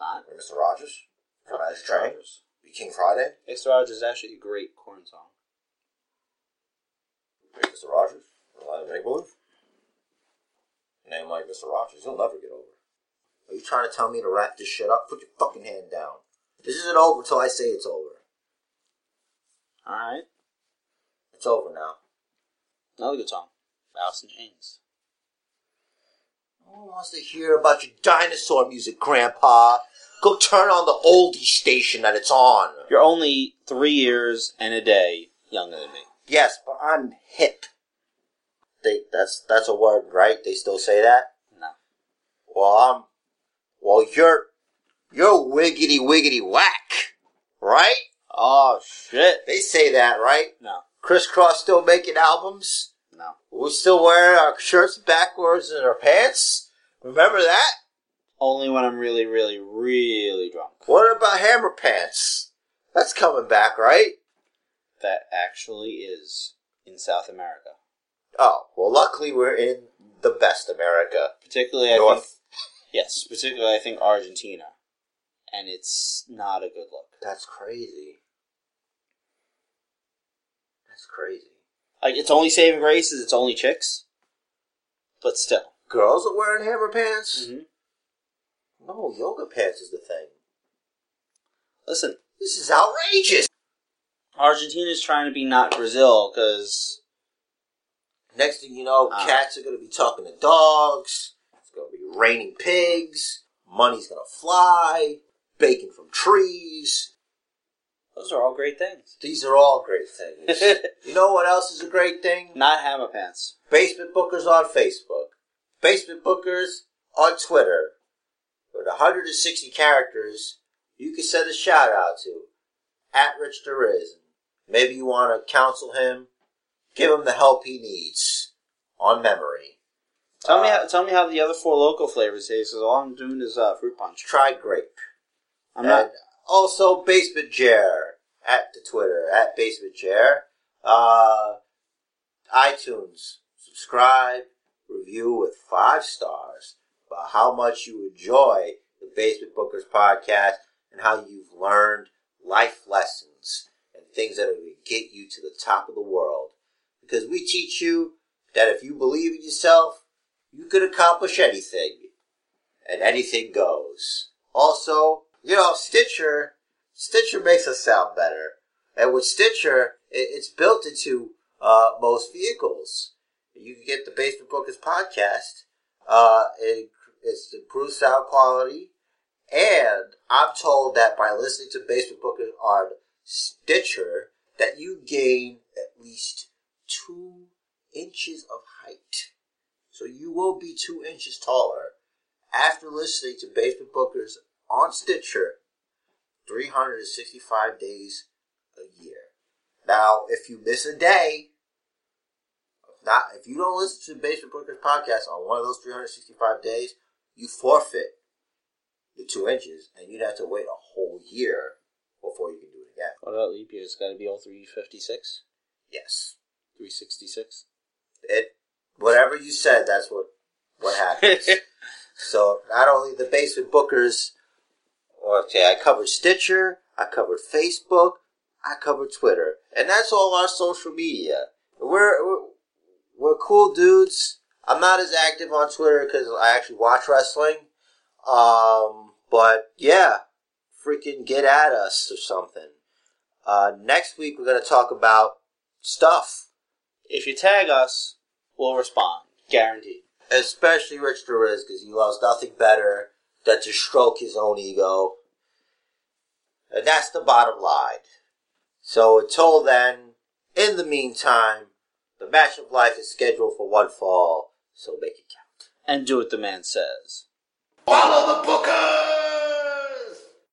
B: Not
A: Or Mr. Rogers? From Magic Train?
B: Rogers.
A: Be King Friday?
B: Mr. Rogers is actually a great corn song.
A: Mr. Rogers? The land of make believe?
C: name like Mr. Rogers. He'll never get over.
A: Are you trying to tell me to wrap this shit up? Put your fucking hand down. This isn't over till I say it's over.
B: All right.
A: It's over now.
B: Another good song. Alice in Chains.
A: No one wants to hear about your dinosaur music, Grandpa. Go turn on the oldie station that it's on.
B: You're only three years and a day younger than me.
A: Yes, but I'm hip. They, that's that's a word, right? They still say that.
B: No.
A: Well, I'm. Well, you're you're wiggity wiggity whack, right?
B: Oh shit.
A: They say that, right?
B: No.
A: Crisscross still making albums.
B: No.
A: We still wearing our shirts backwards and our pants. Remember that?
B: Only when I'm really, really, really drunk.
A: What about Hammer Pants? That's coming back, right?
B: That actually is in South America.
A: Oh, well, luckily we're in the best America.
B: Particularly, I think.
A: North.
B: Yes, particularly, I think Argentina. And it's not a good look.
A: That's crazy. That's crazy.
B: Like, it's only saving grace is it's only chicks. But still.
A: Girls are wearing hammer pants?
B: Mm-hmm.
A: No, yoga pants is the thing.
B: Listen,
A: This is outrageous.
B: Argentina's trying to be not Brazil because
A: Next thing you know,
B: Ah.
A: cats are going to be talking to dogs. It's going to be raining pigs. Money's going to fly. Bacon from trees.
B: those are all great things.
A: These are all great things. you know what else is a great thing?
B: Not hammer pants.
A: Basement Bookers on Facebook. Basement Bookers on Twitter. With 160 characters, you can send a shout out to at Rich Deriz. Maybe you want to counsel him, give him the help he needs on memory.
B: Tell me,
A: Uh,
B: how, tell me how the other four local flavors taste. Because all I'm doing is uh, fruit punch.
A: Try grape.
B: I'm not.
A: And also Basement Chair at the Twitter at Basement Chair. Uh, iTunes subscribe, review with five stars about how much you enjoy the Basement Bookers podcast and how you've learned life lessons and things that are going to get you to the top of the world. Because we teach you that if you believe in yourself, you can accomplish anything and anything goes. Also, you know, Stitcher, Stitcher makes us sound better. And with Stitcher, it, it's built into uh, most vehicles. You can get the Basement Bookers podcast. Uh, it, it's improved sound quality. And I'm told that by listening to Basement Bookers on Stitcher, that you gain at least two inches of height. So you will be two inches taller after listening to Basement Bookers on Stitcher 365 days a year. Now, if you miss a day, if not if you don't listen to Basement Bookers podcast on one of those 365 days, you forfeit the two inches, and you'd have to wait a whole year before you can do it again.
B: What about leap year? It's got to be all 356,
A: Yes,
B: 366.
A: it whatever you said, that's what what happens. So not only the basement bookers, okay, I covered Stitcher, I covered Facebook, I covered Twitter, and that's all our social media. We're we're, we're cool dudes. I'm not as active on Twitter because I actually watch wrestling. Um, but yeah, freaking get at us or something. Uh, next week we're gonna talk about stuff,
B: if you tag us, we'll respond, guaranteed.
A: especially Rich Derez because he loves nothing better than to stroke his own ego. And that's the bottom line. So until then, in the meantime, the match of life is scheduled for one fall, so make it count.
B: And do what the man says.
C: Follow the booker!